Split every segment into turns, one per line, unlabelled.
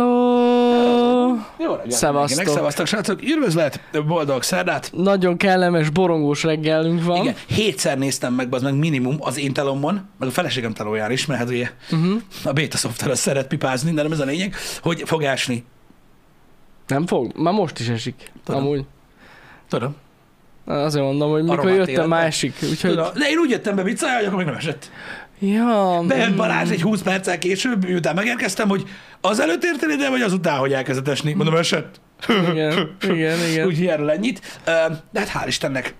Hello!
Jó reggelt
Szevasztok.
mindenkinek, Szevasztok, srácok! Üdvözlet! Boldog szerdát!
Nagyon kellemes, borongós reggelünk van.
Igen, hétszer néztem meg, az meg minimum az én telomon, meg a feleségem telóján is, mert hát ugye
Mhm.
uh-huh. a beta szoftver az szeret pipázni, de nem ez a lényeg, hogy fog ásni.
Nem fog? Már most is esik.
Tudom.
Amúgy.
Tudom.
Azért mondom, hogy mikor
rohadt
jött a
életben.
másik. Úgyhogy...
Tudom. De én úgy jöttem be viccája, hogy akkor még nem esett.
Ja,
Bejött
mm,
Balázs egy 20 perccel később, miután megérkeztem, hogy az előtt értél ide, vagy azután, hogy elkezdett esni. Mondom, esett.
igen, igen, igen.
Úgy erről ennyit. Ö, De hát hál' Istennek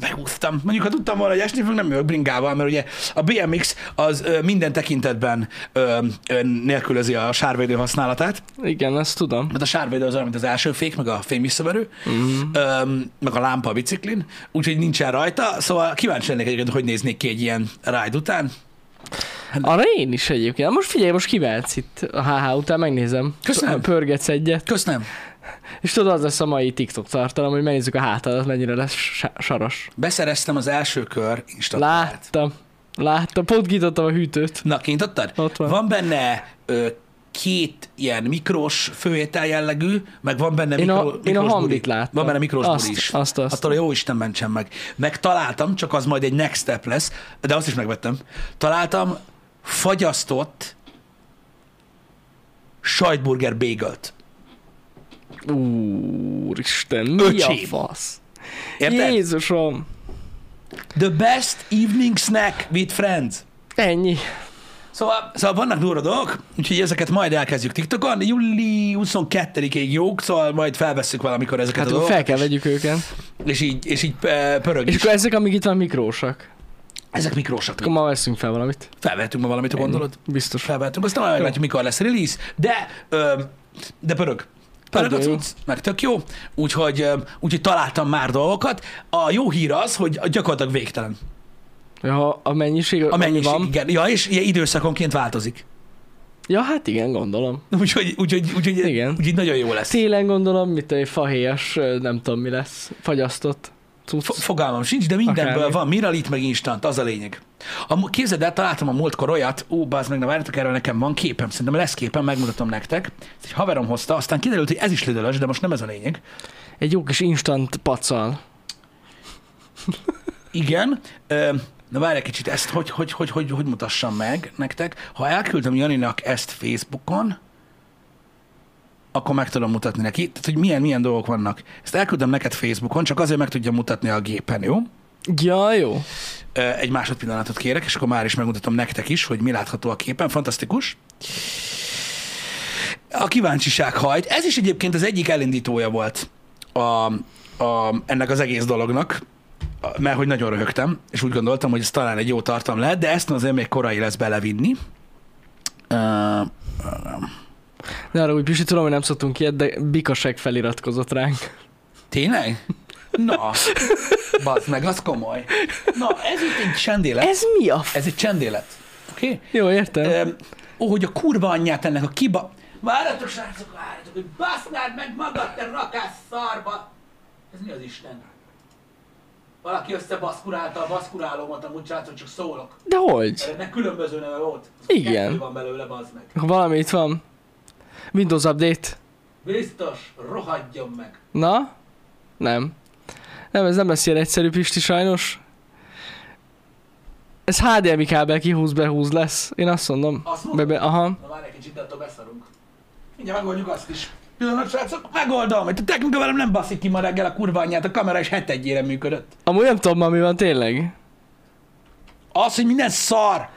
megúsztam. Mondjuk, ha tudtam volna, hogy esni fog, nem jövök bringával, mert ugye a BMX az ö, minden tekintetben ö, ö, nélkülözi a sárvédő használatát,
Igen, ezt tudom.
mert a sárvédő az olyan, mint az első fék, meg a fény visszaverő, mm. meg a lámpa a biciklin, úgyhogy nincsen rajta, szóval kíváncsi lennék egyébként, hogy néznék ki egy ilyen ride után.
Arra én is egyébként. Most figyelj, most kivehetsz itt a HH után, megnézem.
Köszönöm.
Pörgetsz egyet.
Köszönöm.
És tudod, az lesz a mai TikTok tartalom, hogy megnézzük a hátadat, mennyire lesz sa- saros.
Beszereztem az első kör Instagramot.
Láttam. Láttam. Pont kinyitottam a hűtőt.
Na, kinyitottad?
Ott van.
Van benne ö, két ilyen mikros főétel jellegű, meg van benne
Én a-
mikro,
én a
mikrós
hambit
buri.
láttam.
Van benne mikros
Azt-
buri is.
azt- azt.
Attól jó Isten mentsen meg. Megtaláltam, csak az majd egy next step lesz, de azt is megvettem. Találtam fagyasztott sajtburger bagelt.
Úristen, mi Öcsém.
Öcsém.
a fasz?
Érted?
Jézusom,
The best evening snack with friends.
ennyi.
Szóval, szóval vannak durva dolgok, úgyhogy ezeket majd elkezdjük TikTokon. Júli 22-ig jók, szóval majd felvesszük valamikor ezeket
Hát
a dolgokat.
fel kell
és-
vegyük őket.
És így, és így eh, pörög
És
is.
akkor ezek, amik itt van, mikrósak. Hát
Ezek mikrósak.
Akkor ma veszünk fel valamit.
Felvehetünk ma valamit, ha gondolod?
Biztos.
Felvehetünk, aztán majd meglátjuk, mikor lesz release, de, ö, de pörög. Pörög a
Nagyon jó.
cucc, meg tök jó, úgyhogy, ö, úgyhogy találtam már dolgokat. A jó hír az, hogy gyakorlatilag végtelen.
Ja, a mennyiség,
A mennyiség,
van.
igen. Ja, és ilyen időszakonként változik.
Ja, hát igen, gondolom.
Úgyhogy, úgyhogy, úgyhogy,
Igen.
úgyhogy nagyon jó lesz.
Télen gondolom, mit egy fahéjas, ö, nem tudom mi lesz, fagyasztott cucc.
F- Fogalmam sincs, de mindenből
Akármi.
van miralit, meg instant, az a lényeg. A, mu- képzeld el, találtam a múltkor olyat, ó, bazd meg, na várjátok, erről nekem van képem, szerintem lesz képem, megmutatom nektek. Ezt egy haverom hozta, aztán kiderült, hogy ez is lödölös, de most nem ez a lényeg.
Egy jó kis instant pacal.
Igen, ö, na várj egy kicsit, ezt hogy, hogy, hogy, hogy, hogy mutassam meg nektek. Ha elküldöm Janinak ezt Facebookon, akkor meg tudom mutatni neki, tehát hogy milyen, milyen dolgok vannak. Ezt elküldöm neked Facebookon, csak azért meg tudja mutatni a gépen, jó?
Ja, jó.
Ö, egy másodpillanatot kérek, és akkor már is megmutatom nektek is, hogy mi látható a képen. Fantasztikus. A kíváncsiság hajt. Ez is egyébként az egyik elindítója volt a, a, ennek az egész dolognak, a- mert hogy nagyon röhögtem, és úgy gondoltam, hogy ez talán egy jó tartam lehet, de ezt azért még korai lesz belevinni. Ö,
Ne arra úgy, Pisi, tudom, hogy nem szoktunk ilyet, de Bikasek feliratkozott ránk.
tényleg? Na, bazd meg, az komoly. Na, ez itt egy csendélet.
Ez mi a f...
Ez egy csendélet. Oké? Okay?
Jó, értem.
Öm, Ó, hogy a kurva anyját ennek a kiba... Várjatok, srácok, várjatok, hogy basznád meg magad, te rakás szarba! Ez mi az Isten? Valaki összebaszkurálta a baszkurálómat, amúgy srácok, csak szólok.
De hogy?
Ennek különböző neve volt. Az
Igen.
kettő van belőle, bazd meg.
Ha valami itt van. Windows Update.
Biztos, rohadjon meg.
Na? Nem. Nem, ez nem lesz ilyen egyszerű, Pisti, sajnos. Ez HDMI kábel kihúz behúz lesz. Én azt mondom.
Azt
Be,
mondom?
be, aha.
Na várj egy kicsit, de attól beszarunk. Mindjárt megoldjuk azt is. Pillanat, srácok, megoldom, hogy a technika velem nem baszik ki ma reggel a kurva anyját, a kamera is hetedjére működött.
Amúgy nem tudom ma mi van tényleg.
Az, hogy minden szar!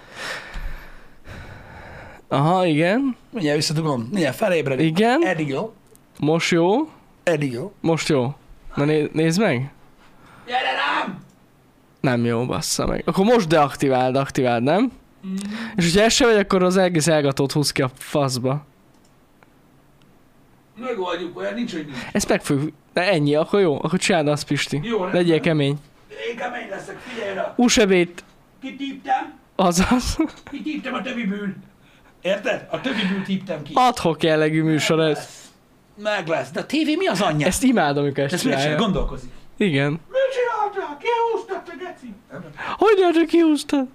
Aha, igen.
Mindjárt visszatugom, mindjárt felébredek.
Igen.
Eddig jó.
Most jó.
Eddig jó.
Most jó. Na né- nézd meg.
Gyere rám!
Nem jó, bassza meg. Akkor most deaktiváld, aktiváld, nem?
Mhm.
És hogyha ez se vagy, akkor az egész elgatót húz ki a faszba.
Megoldjuk, olyan nincs, hogy nincs.
Ezt meg fogjuk... Na, ennyi, akkor jó. Akkor csináld azt, Pisti.
Jó, rendben.
Legyél kemény.
Én kemény leszek, figyelj rá!
Úsebét,
Kitéptem,
azaz.
kitéptem a többi bűn. Érted? A többi bűn típtem ki.
Adhok jellegű műsor
Meg
ez.
lesz. Meg lesz. De a tévé mi az anyja?
Ezt imádom, amikor ezt
Ezt miért csinál?
csinálja.
Gondolkozik.
Igen.
Mit csináltál? Kihúztad a geci?
Hogy lehet, hogy kihúztad?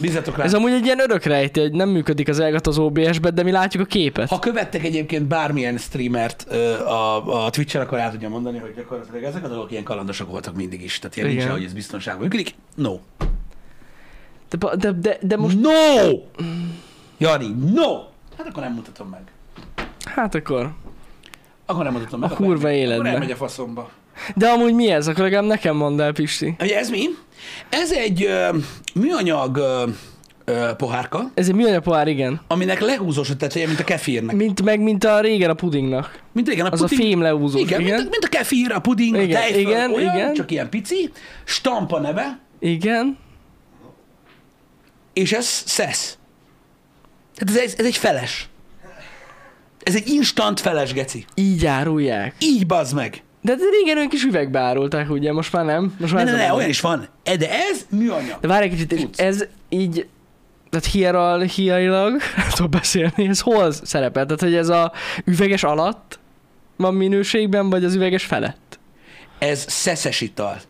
Bízzatok rá.
Ez amúgy egy ilyen örök rejtély, hogy nem működik az elgat az OBS-be, de mi látjuk a képet.
Ha követtek egyébként bármilyen streamert ö, a, a Twitch-en, akkor el tudja mondani, hogy gyakorlatilag ezek a dolgok ilyen kalandosak voltak mindig is. Tehát ilyen
Igen.
nincsen, hogy ez biztonságban működik. No.
De, ba- de, de, de most...
Most no! Jani, no! Hát akkor nem mutatom meg. Mhm.
Hát akkor...
Akkor nem mutatom meg.
A
akkor
kurva
elmegy.
életbe.
Akkor elmegy a faszomba.
De amúgy mi ez? Akkor legalább nekem mondd el, Pisti.
Ugye ez mi? Ez egy ö, műanyag ö, ö, pohárka,
Ez egy műanyag pohár, igen.
aminek lehúzós a teteje, mint a kefirnek.
Mint, meg mint a régen a pudingnak.
Mint igen, a
Az a
puding-
fém lehúzós,
Igen, igen.
igen.
Mint, a, mint a kefir, a puding, igen, a
Igen,
tejföl, igen,
igen,
olyan, igen.
igen.
csak ilyen pici, stampa neve,
Igen.
és ez szesz. Tehát ez, ez egy feles. Ez egy instant feles, geci.
Így árulják.
Így bazd meg.
De, de régen olyan kis üvegbe árulták, ugye? Most már nem. Most
Ne,
már
ne,
ez a
ne,
menő.
olyan is van. E, De ez műanyag.
De várj egy kicsit, és
Tudsz.
ez így, tehát hierarchiailag, nem tudok beszélni, ez hol szerepel? Tehát, hogy ez a üveges alatt van minőségben, vagy az üveges felett?
Ez szeszes ital.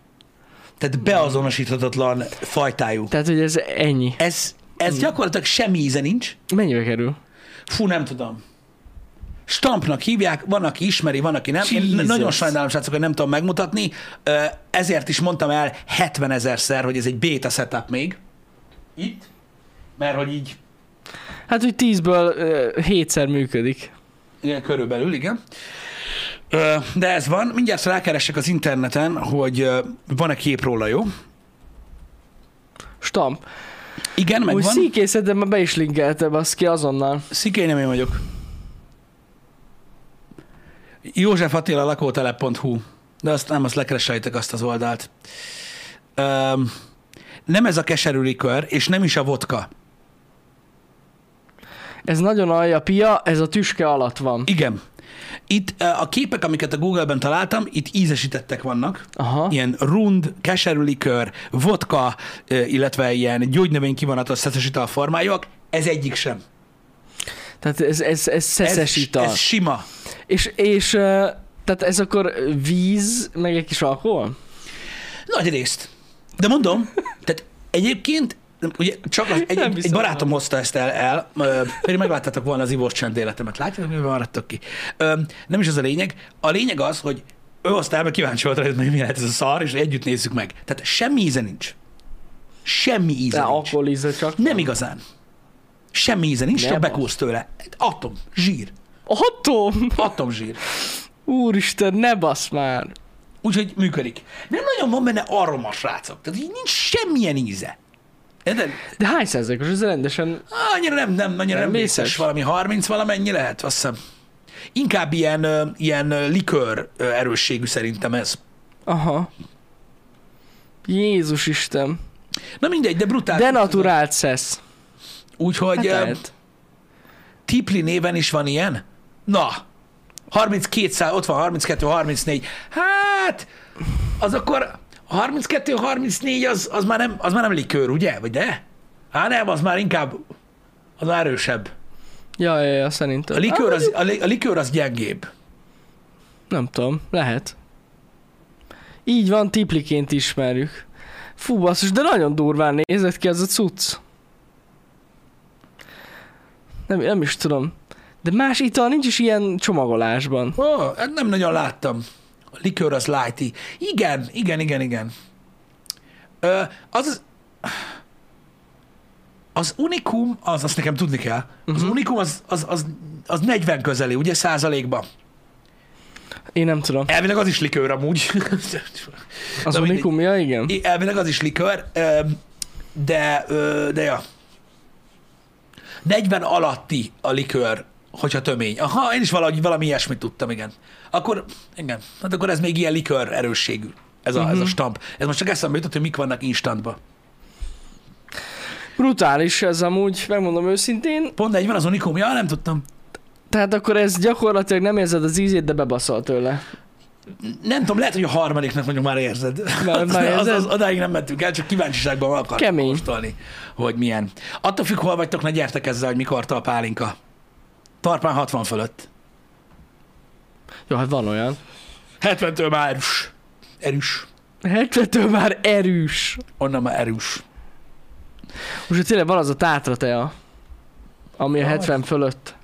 Tehát beazonosíthatatlan fajtájú.
Tehát, hogy ez ennyi.
Ez, ez gyakorlatilag semmi íze nincs.
Mennyibe kerül?
Fú, nem tudom. Stampnak hívják, van, aki ismeri, van, aki nem. Én
Jesus.
nagyon sajnálom, srácok, hogy nem tudom megmutatni. Ö, Ezért is mondtam el 70 ezerszer, hogy ez egy beta setup még. Itt? Mert hogy így
Hát, hogy tízből uh, hétszer működik.
Igen, körülbelül, igen. Ö, De ez van. Mindjárt rákeresek az interneten, hogy ö, van-e kép róla, jó?
Stamp.
Igen,
Úgy
megvan.
szíkészet, de már be is linkelte, azt ki azonnal.
Szikény nem én vagyok. József Attila lakótelep.hu de azt nem, azt lekereselitek azt az oldalt. Öm, nem ez a keserű likör, és nem is a vodka.
Ez nagyon alja pia, ez a tüske alatt van.
Igen. Itt ö, a képek, amiket a Google-ben találtam, itt ízesítettek vannak.
Aha.
ilyen rund, keserű likör, vodka, ö, illetve ilyen gyógynövény kivonatos szeszes italformájúak, ez egyik sem.
Tehát ez, ez, ez szeszes ital.
Ez, ez sima.
És, és ö, tehát ez akkor víz, meg egy kis alkohol?
Nagy részt. De mondom, tehát egyébként Ugye csak az, egy,
Nem
egy
hiszem
barátom
el.
hozta ezt el, el ö, pedig megláttátok volna az ivós csendéletemet. Látjátok, miben maradtok ki? Ö, nem is az a lényeg. A lényeg az, hogy ő hozta el, mert kíváncsi volt rá, hogy mi lehet ez a szar, és együtt nézzük meg. Tehát semmi íze nincs. Semmi íze
De
nincs.
alkohol íze csak.
Nem igazán. Semmi íze nincs,
Nem
csak
az.
bekúrsz tőle. Egy Atom, zsír.
Atom!
Atom zsír.
Úristen, ne basz már!
Úgyhogy működik. Nem nagyon van benne aroma, srácok. Tehát így nincs semmilyen íze. Érted?
De hány százalékos? Ez rendesen...
Annyira nem, nem, annyira nem,
Nem
nem vészes.
vészes?
Valami 30 valamennyi lehet, azt hiszem. Inkább ilyen, ö, ilyen ö, likör ö, erősségű szerintem ez.
Aha. Jézus Isten.
Na mindegy, de brutális.
Denaturált szesz.
Úgyhogy
Hát
ö,
lehet.
Tipli néven is van ilyen? Na, 32 szá, ott van 32, 34. Hát, az akkor 32, 34 az, az, már nem, az már nem likőr, ugye? Vagy de? Hát nem, az már inkább az már erősebb.
Ja, ja, ja,
A
szerintem. Ah,
likőr az, a, li, a likőr az gyengébb.
Nem tudom, lehet. Így van, tipliként ismerjük. Fú, basszus, de nagyon durván nézett ki az a cucc. Nem, nem is tudom. De más ital nincs is ilyen csomagolásban.
Ó, oh, nem nagyon láttam. A likőr az lighty. Igen, igen, igen, igen. Ö, az az- az unikum, az azt nekem tudni kell, az uh-huh. unikum az, az, az, az 40 közeli, ugye százalékban.
Én nem tudom.
Elvileg az is likőr amúgy.
Az
Na, mindegy.
unikum, ja igen.
Elvileg az is likőr, ö, de, ö, de ja. 40 alatti a likőr, hogyha tömény. Aha, én is valahogy valami ilyesmit tudtam, igen. Akkor, igen, hát akkor ez még ilyen likőr erősségű. Ez a, uh-huh. ez
Mhm.
a stamp. Ez most csak eszembe jutott, hogy mik vannak instantban.
Brutális ez amúgy, megmondom őszintén.
Pont 40 az unikum, ja, nem tudtam.
Tehát akkor ez gyakorlatilag nem érzed az ízét, de bebaszol tőle.
Nem tudom, lehet, hogy a harmadiknak mondjuk már érzed.
Már- már
az, az,
érzed?
odáig nem mentünk el, csak kíváncsiságban meg akartam
Kemény.
kóstolni, hogy milyen. Attól függ, hol vagytok, ne gyertek ezzel, hogy mikor a pálinka. Tarpán 60 fölött.
Jó, hát van olyan.
70-től már erős. Erős.
70 már erős.
Onnan már erős.
Most hogy tényleg van az a tátratea, ami a
Vaj.
70 fölött.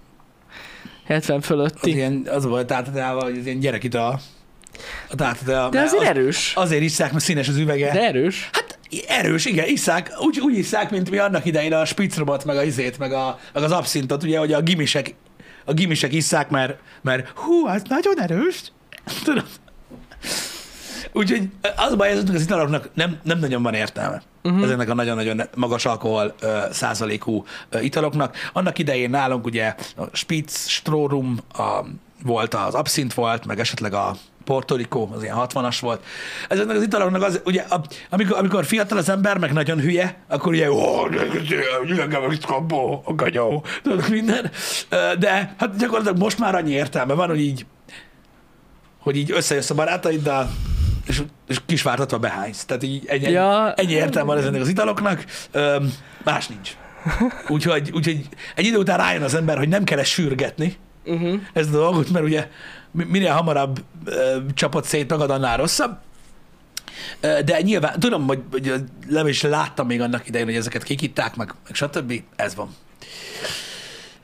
70
Az,
fölötti.
ilyen, az a baj a tártatával, hogy az ilyen gyerek itt a, a tártatával.
De
mert
azért
az,
erős.
azért isszák, mert színes az üvege.
De erős.
Hát erős, igen, isszák, úgy, úgy isszák, mint mi annak idején a spicrobot, meg a izét, meg, a, meg az abszintot, ugye, hogy a gimisek, a gimisek isszák, mert, mert hú, az nagyon erős. Tudod? Úgyhogy az a baj, ezeknek az italoknak nem, nem nagyon van értelme. Uh-huh. Ezeknek a nagyon-nagyon magas alkohol ö, százalékú ö, italoknak. Annak idején nálunk ugye a Spitz, Strórum a, volt, az abszint volt, meg esetleg a Porto Rico, az ilyen 60-as volt. Ezeknek az italoknak az, ugye, a, amikor, amikor fiatal az ember, meg nagyon hülye, akkor ugye, ó, üvegem, itt kapó, a ganyó, tudod, minden. Ö, De hát gyakorlatilag most már annyi értelme van, hogy így hogy így összejössz a barátaiddal, és, és kisvártatva behánysz. Tehát így ennyi, ja.
Ja.
ennyi értelme van ezeknek az italoknak, öm, más nincs. Úgyhogy, úgyhogy egy idő után rájön az ember, hogy nem kell ezt sürgetni,
Uh-huh.
ezt a dolgot, mert ugye mi- minél hamarabb ö, csapod szét magad, annál rosszabb. Ö, De nyilván, tudom, hogy, hogy nem is láttam még annak idején, hogy ezeket kikitták, meg, meg stb. Ez van.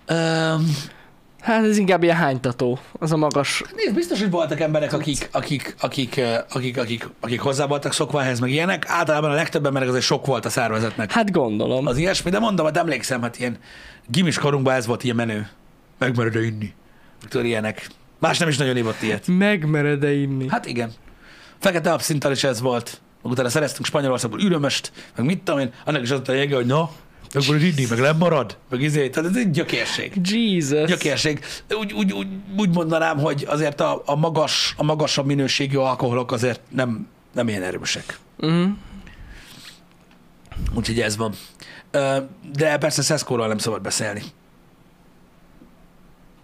Öm,
Hát ez inkább ilyen hánytató. Az a magas.
Nézd, biztos, hogy voltak emberek, akik, akik, akik, ö, akik, akik, akik hozzá voltak szokva ehhez, meg ilyenek. Általában a legtöbb emberek azért sok volt a szervezetnek
Hát gondolom.
az ilyesmi, de mondom, hát emlékszem, hát ilyen gimis korunkban ez volt ilyen menő. Megmered inni. Meg Tudod, ilyenek. Más nem is nagyon ívott ilyet.
Megmered-e inni?
Hát igen. Fekete abszinttal is ez volt. Meg Utána szereztünk Spanyolországból ürömöst, meg mit tudom én, annak is az volt a jege, hogy na, megmered inni, meg lemarad, meg izé. Tehát ez egy gyökérség.
Jesus.
Gyökérség. Úgy, úgy, úgy, úgy mondanám, hogy azért a, a, magas, a magasabb minőségű alkoholok azért nem, nem ilyen erősek.
Uh-huh.
Úgyhogy ez van. Ö, De persze szeszkóról nem szabad beszélni.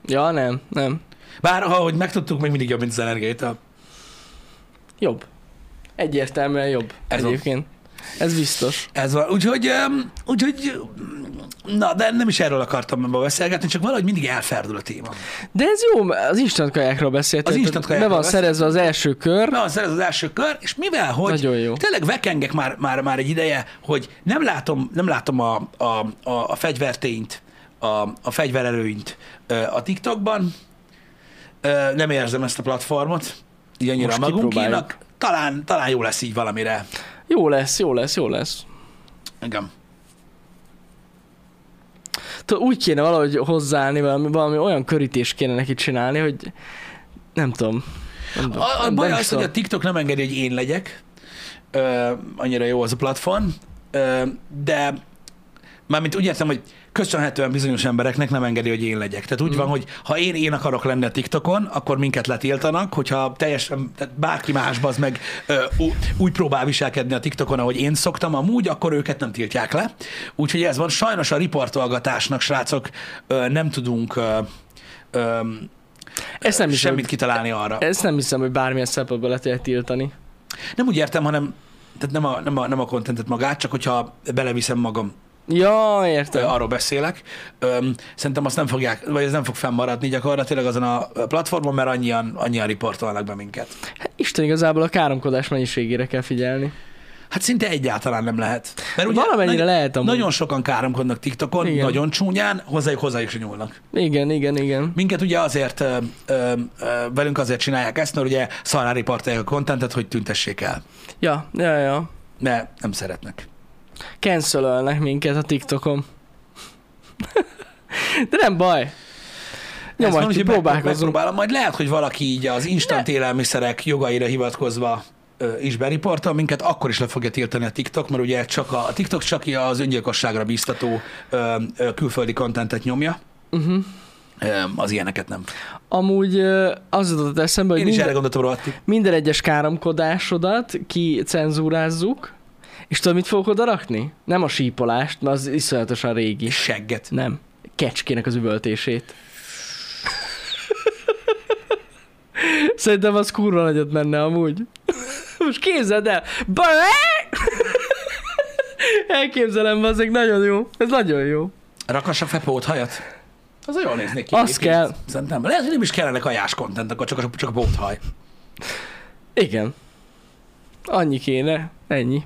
Ja, nem, nem.
Bár ahogy megtudtuk, még mindig jobb, mint az energiaita.
Jobb. Egyértelműen jobb.
Ez
Ez
van.
egyébként. Ez biztos.
Ez van. Úgyhogy, öm, úgyhogy, öm, na, de nem is erről akartam ma beszélgetni, csak valahogy mindig elferdül a téma.
De ez jó, mert az instant kajákról beszéltél.
Az
tehát
instant kajákról
Be van
beszéltem.
szerezve az első kör.
Na, az ez az első kör, és mivel, hogy
Nagyon jó.
tényleg vekengek már, már, már egy ideje, hogy nem látom, nem látom a, a, a, a fegyvertényt, a, a fegyvererőnyt ö, a TikTokban, Ö, nem érzem ezt a platformot, így annyira
Most
magunkénak.
kipróbáljuk.
Talán, talán jó lesz így valamire.
Jó lesz, jó lesz, jó lesz.
Igen.
Tud, úgy kéne valahogy hozzáállni, valami, valami olyan körítést kéne neki csinálni, hogy nem tudom. Nem tudom.
A, a
nem,
baj
nem
az, hogy a TikTok nem engedi, hogy én legyek. Ö, annyira jó az a platform. Ö, de mármint úgy értem, hogy köszönhetően bizonyos embereknek nem engedi, hogy én legyek. Tehát úgy mm. van, hogy ha én én akarok lenni a TikTokon, akkor minket letiltanak, hogyha teljesen, tehát bárki más az meg ö, ú- úgy próbál viselkedni a TikTokon, ahogy én szoktam amúgy, akkor őket nem tiltják le. Úgyhogy ez van. Sajnos a riportolgatásnak, srácok, ö, nem tudunk ö, ö,
ezt nem hiszem,
semmit
hogy,
kitalálni arra.
ezt nem hiszem, hogy bármilyen szempontból le tudják tiltani.
Hát Nem úgy értem, hanem tehát nem a, nem a, nem a contentet magát, csak hogyha beleviszem magam,
Ja,
ö,
értem.
arról beszélek. Öm, szerintem azt nem fogják, vagy ez nem fog fennmaradni gyakorlatilag azon a platformon, mert annyian, annyian riportolnak be minket.
Isten igazából a káromkodás mennyiségére kell figyelni.
Hát szinte egyáltalán nem lehet. Mert ugye
Valamennyire
nagy-
lehet amúgy.
Nagyon sokan káromkodnak TikTokon, Igen.
Igen.
nagyon csúnyán, hozzájuk hozzájuk se nyúlnak.
Igen, igen, igen.
Minket ugye azért, ö, ö, ö, velünk azért csinálják ezt, mert ugye szarrá riportolják a kontentet, hogy tüntessék el.
Ja, ja, ja.
Mert nem szeretnek.
Cancelölnek minket a TikTokon. De nem baj.
Ezt
Nyomatjuk,
mondom, hogy meg-
próbálkozunk.
Megpróbálom, majd lehet, hogy valaki így az instant élelmiszerek jogaira hivatkozva ö, is beriportol minket, akkor is le fogja tiltani a TikTok, mert ugye csak a, a TikTok csak az öngyilkosságra bíztató ö, ö, külföldi kontentet nyomja,
Uh-huh.
ö, az ilyeneket nem.
Amúgy ö, az jutott eszembe, hogy
Én is
minden,
erre gondoltam rohadtig.
minden egyes káromkodásodat kicenzúrázzuk, és tudod, mit fogok oda rakni? Nem a sípolást, mert az iszonyatosan régi.
És segget.
Nem. Kecskének az üvöltését. Szerintem az kurva nagyot menne amúgy. Most képzeld el! Ba- Elképzelem, az nagyon jó. Ez nagyon jó.
Rakas a fepót hajat? Az jól néznék ki.
Az
egyébként.
kell.
Szerintem. Lehet, hogy nem is kellene kajás kontent, akkor csak, a- csak a póthaj.
Igen. Annyi kéne, ennyi.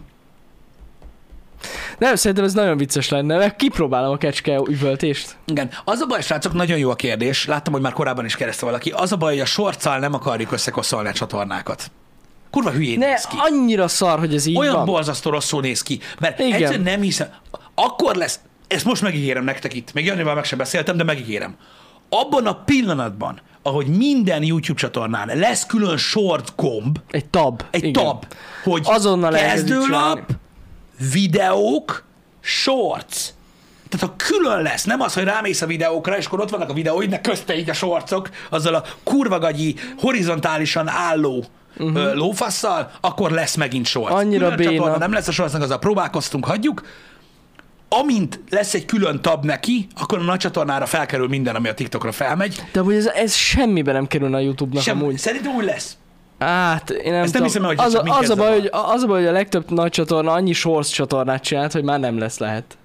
Nem, szerintem ez nagyon vicces lenne, mert kipróbálom a kecske üvöltést.
Igen. Az a baj, srácok, nagyon jó a kérdés. Láttam, hogy már korábban is kereszte valaki. Az a baj, hogy a sorccal nem akarjuk összekoszolni a csatornákat. Kurva hülyén
Ne,
néz ki.
annyira szar, hogy ez így
Olyan
van.
borzasztó rosszul néz ki, mert
Igen.
Igen. egyszerűen nem hiszem. Akkor lesz, ezt most megígérem nektek itt, még Janival meg sem beszéltem, de megígérem. Abban a pillanatban, ahogy minden YouTube csatornán lesz külön short gomb,
Egy tab.
egy
igen.
tab, hogy
Azonnal elkezdjük csinálni.
kezdőlap, videók, shorts. Tehát ha külön lesz, nem az, hogy rámész a videókra, és akkor ott vannak a videóid, de közte így a sorcok, azzal a kurvagagyi, horizontálisan álló uh-huh. lófasszal, akkor lesz megint shorts.
Mhm. Annyira
Külön
béna.
csatorna Nem lesz a shortsnak, az a próbálkoztunk, hagyjuk. Amint lesz egy külön tab neki, akkor a nagy csatornára felkerül minden, ami a TikTokra felmegy.
De hogy ez, ez semmiben nem kerülne a YouTube-nak Sem.
Sem,
amúgy.
szerintem úgy lesz.
Hát, én nem
Ezt nem
tudom.
hiszem el, hogy
az,
csak
a,
minket
az, a baj,
zavar.
hogy, az a baj, hogy a legtöbb nagy csatorna annyi shorts csatornát csinált, hogy már nem lesz lehet.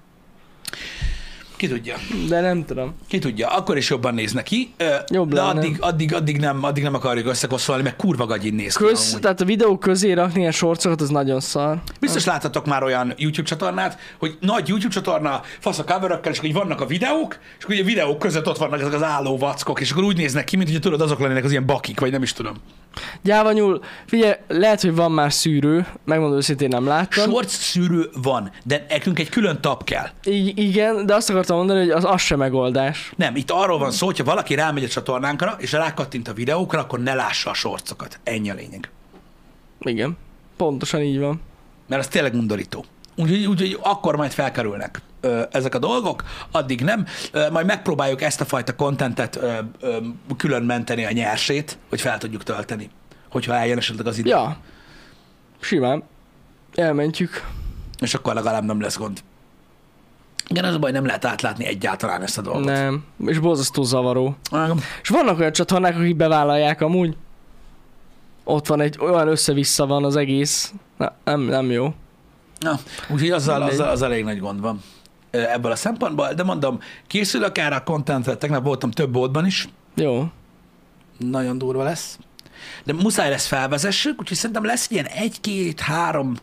Ki tudja.
De nem tudom.
Ki tudja, akkor is jobban néz neki, ö,
Jobb
de
lenne.
addig, addig, addig, nem, addig nem akarjuk összekoszolni, mert kurva gagyin néz ki.
Köz,
amúgy.
tehát a videó közé rakni ilyen sorcokat, az nagyon szar.
Biztos láttatok már olyan YouTube csatornát, hogy nagy YouTube csatorna, fasz a cover és akkor így vannak a videók, és akkor ugye a videók között ott vannak ezek az álló vackok, és akkor úgy néznek ki, mint hogy tudod, azok lennének az ilyen bakik, vagy nem is tudom.
Gyávanyul, figyelj, lehet, hogy van már szűrő, megmondom őszintén nem láttam.
Shorts szűrő van, de nekünk egy külön tap kell.
I- igen, de azt akartam mondani, hogy az, az se megoldás.
Nem, itt arról van szó, hogyha valaki rámegy a csatornánkra, és rákattint a videókra, akkor ne lássa a sorcokat. Ennyi a lényeg.
Igen, pontosan így van.
mert az tényleg undorító. Úgyhogy, úgyhogy akkor majd felkerülnek ö, ezek a dolgok, addig nem. Ö, majd megpróbáljuk ezt a fajta kontentet ö, ö, külön menteni a nyersét, hogy fel tudjuk tölteni, hogyha eljön esetleg az idő.
Ja, simán. Elmentjük.
És akkor legalább nem lesz gond. Igen, az a baj, nem lehet átlátni egyáltalán ezt a dolgot.
Nem, és borzasztó zavaró.
Nem.
És vannak olyan csatornák, akik bevállalják amúgy. Ott van egy, olyan össze-vissza van az egész. Na, nem, nem jó.
Na, úgyhogy azzal,
Mindegy.
azzal, az elég nagy gond van ö, ebből a szempontból, de mondom, készülök erre a kontentre, tegnap voltam több boltban is,
Jó.
nagyon durva lesz. De muszáj lesz felvezessük, úgyhogy szerintem lesz ilyen egy-két-három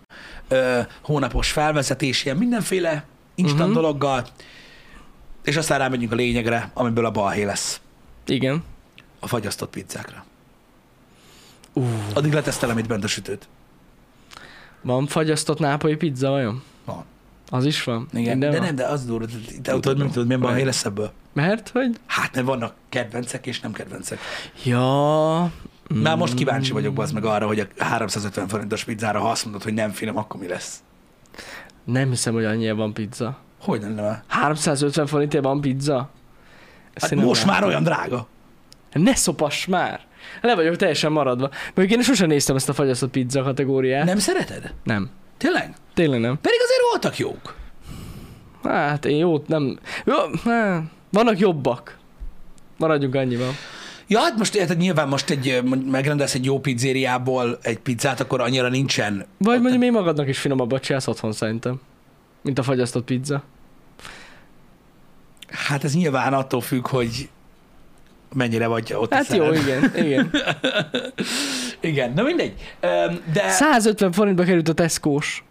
ö, hónapos felvezetés, ilyen mindenféle instant
Mhm.
uh-huh. dologgal, és aztán rámegyünk a lényegre, amiből a balhé lesz,
Igen.
a fagyasztott pizzákra.
Ú.
Addig letesztelem itt bent a sütőt.
Van fagyasztott nápolyi pizza vajon?
Van.
Az is van?
Igen,
Minden
de
van?
nem, de az durva, te tudod, nem tudod, milyen balhé lesz ebből.
Mert hogy?
Hát, mert vannak kedvencek és nem kedvencek.
Ja. Hmm,
Már most kíváncsi vagyok az meg arra, hogy a 350 forintos pizzára, ha azt mondod, hogy nem finom, akkor mi lesz.
Nem hiszem, hogy annyira van pizza.
Hogy lenne már?
350 forintért van pizza? Ezt
Hát
én nem
most
látom.
már olyan drága.
Ne szopass már! Le vagyok teljesen maradva. Mondjuk én sosem néztem ezt a fagyasztott pizza kategóriát.
Nem szereted?
nem.
Tényleg?
Tényleg nem.
Pedig azért voltak jók.
Hát én jót nem... Jó, hát, vannak jobbak. Maradjunk annyiban.
Ja, hát most érted, nyilván most egy, ö, mond- megrendelsz egy jó pizzériából egy pizzát, akkor annyira nincsen.
Vagy mondjuk még magadnak is finomabbat csinálsz otthon szerintem. Mint a fagyasztott pizza.
Hát ez nyilván attól függ, hogy mennyire vagy ott. a
Hát jó,
szeren.
igen, igen.
Igen, na mindegy. Öm, De
150 forintba került a Tesco-s.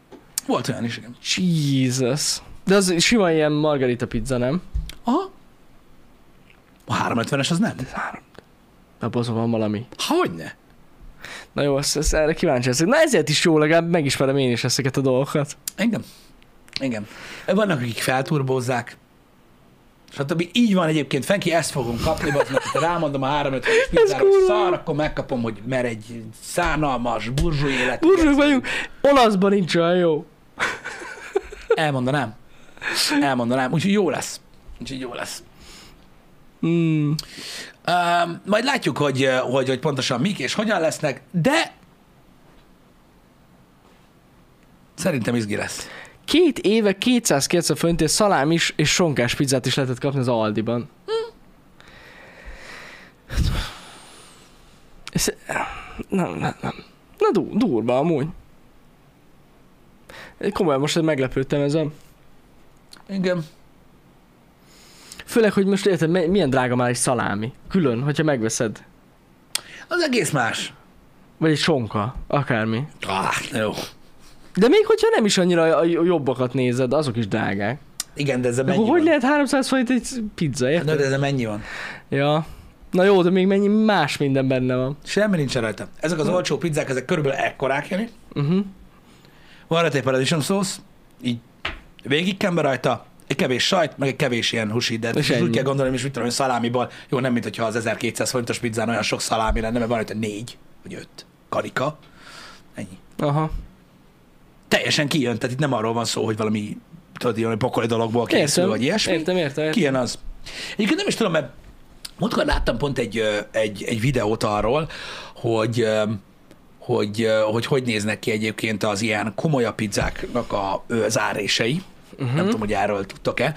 volt olyan is, igen.
Jesus. De az sima ilyen margarita pizza, nem?
Aha. A 350-es az nem?
Abban azon van valami.
Hogyne?
Na jó, ezt, ezt erre kíváncsi leszek. Na ezért is jó, legalább megismerem én is ezeket a dolgokat.
Igen. Igen. Vannak, akik felturbózzák, stb. Így van egyébként, Fenki, ezt fogom kapni, bazd meg, ha rámondom a 350-es pizzára, hogy
kurva.
szar, akkor megkapom, hogy mert egy szánalmas, burzsú élet.
Burzsuk vagyunk, olaszban nincs olyan jó.
Elmondanám. Elmondanám, úgyhogy jó lesz. Úgyhogy jó lesz.
Mm.
Um, majd látjuk, hogy, hogy, hogy pontosan mik és hogyan lesznek, de szerintem izgi lesz.
Két éve 290 forintért szalám is és sonkás pizzát is lehetett kapni az Aldiban. Ez, nem, nem, nem. Na du, durva amúgy. Én Komolyan most meglepődtem ezen.
Igen.
Főleg, hogy most érted, me- milyen drága már egy szalámi. Külön, hogyha megveszed.
Az egész más.
Vagy egy sonka, akármi.
Ah, jó.
De még hogyha nem is annyira a a jobbakat nézed, azok is drágák.
Igen, de ezzel
De
mennyi
hogy
van?
lehet 300 forint egy pizza,
Na,
érted?
de ezzel mennyi van?
Ja. Na jó, de még mennyi más minden benne van.
Semmi nincsen rajta. Ezek az olcsó pizzák, ezek körülbelül ekkorák, Jani.
Uh-huh.
Van rajta egy paradicsom szósz, így végigkembe rajta, egy kevés sajt, meg egy kevés ilyen husi, de
És
és úgy
ennyi.
kell gondolni, és mit tudom, hogy szalámiból, jó, nem mint hogyha az 1200 forintos pizzán olyan sok szalámi lenne, mert van rajta négy, vagy öt karika. Ennyi.
Aha.
Teljesen kijön, tehát itt nem arról van szó, hogy valami, tudod, ilyen pokoli dologból készül, vagy ilyesmi.
Értem, értem. értem.
Kijön az. Egyébként nem is tudom, mert múltkor láttam pont egy, ö, egy, egy videót arról, hogy, ö, hogy, ö, hogy hogy néznek ki egyébként az ilyen komolyabb pizzáknak a, ö, az árései. Uh-huh. Nem tudom, hogy erről tudtok-e.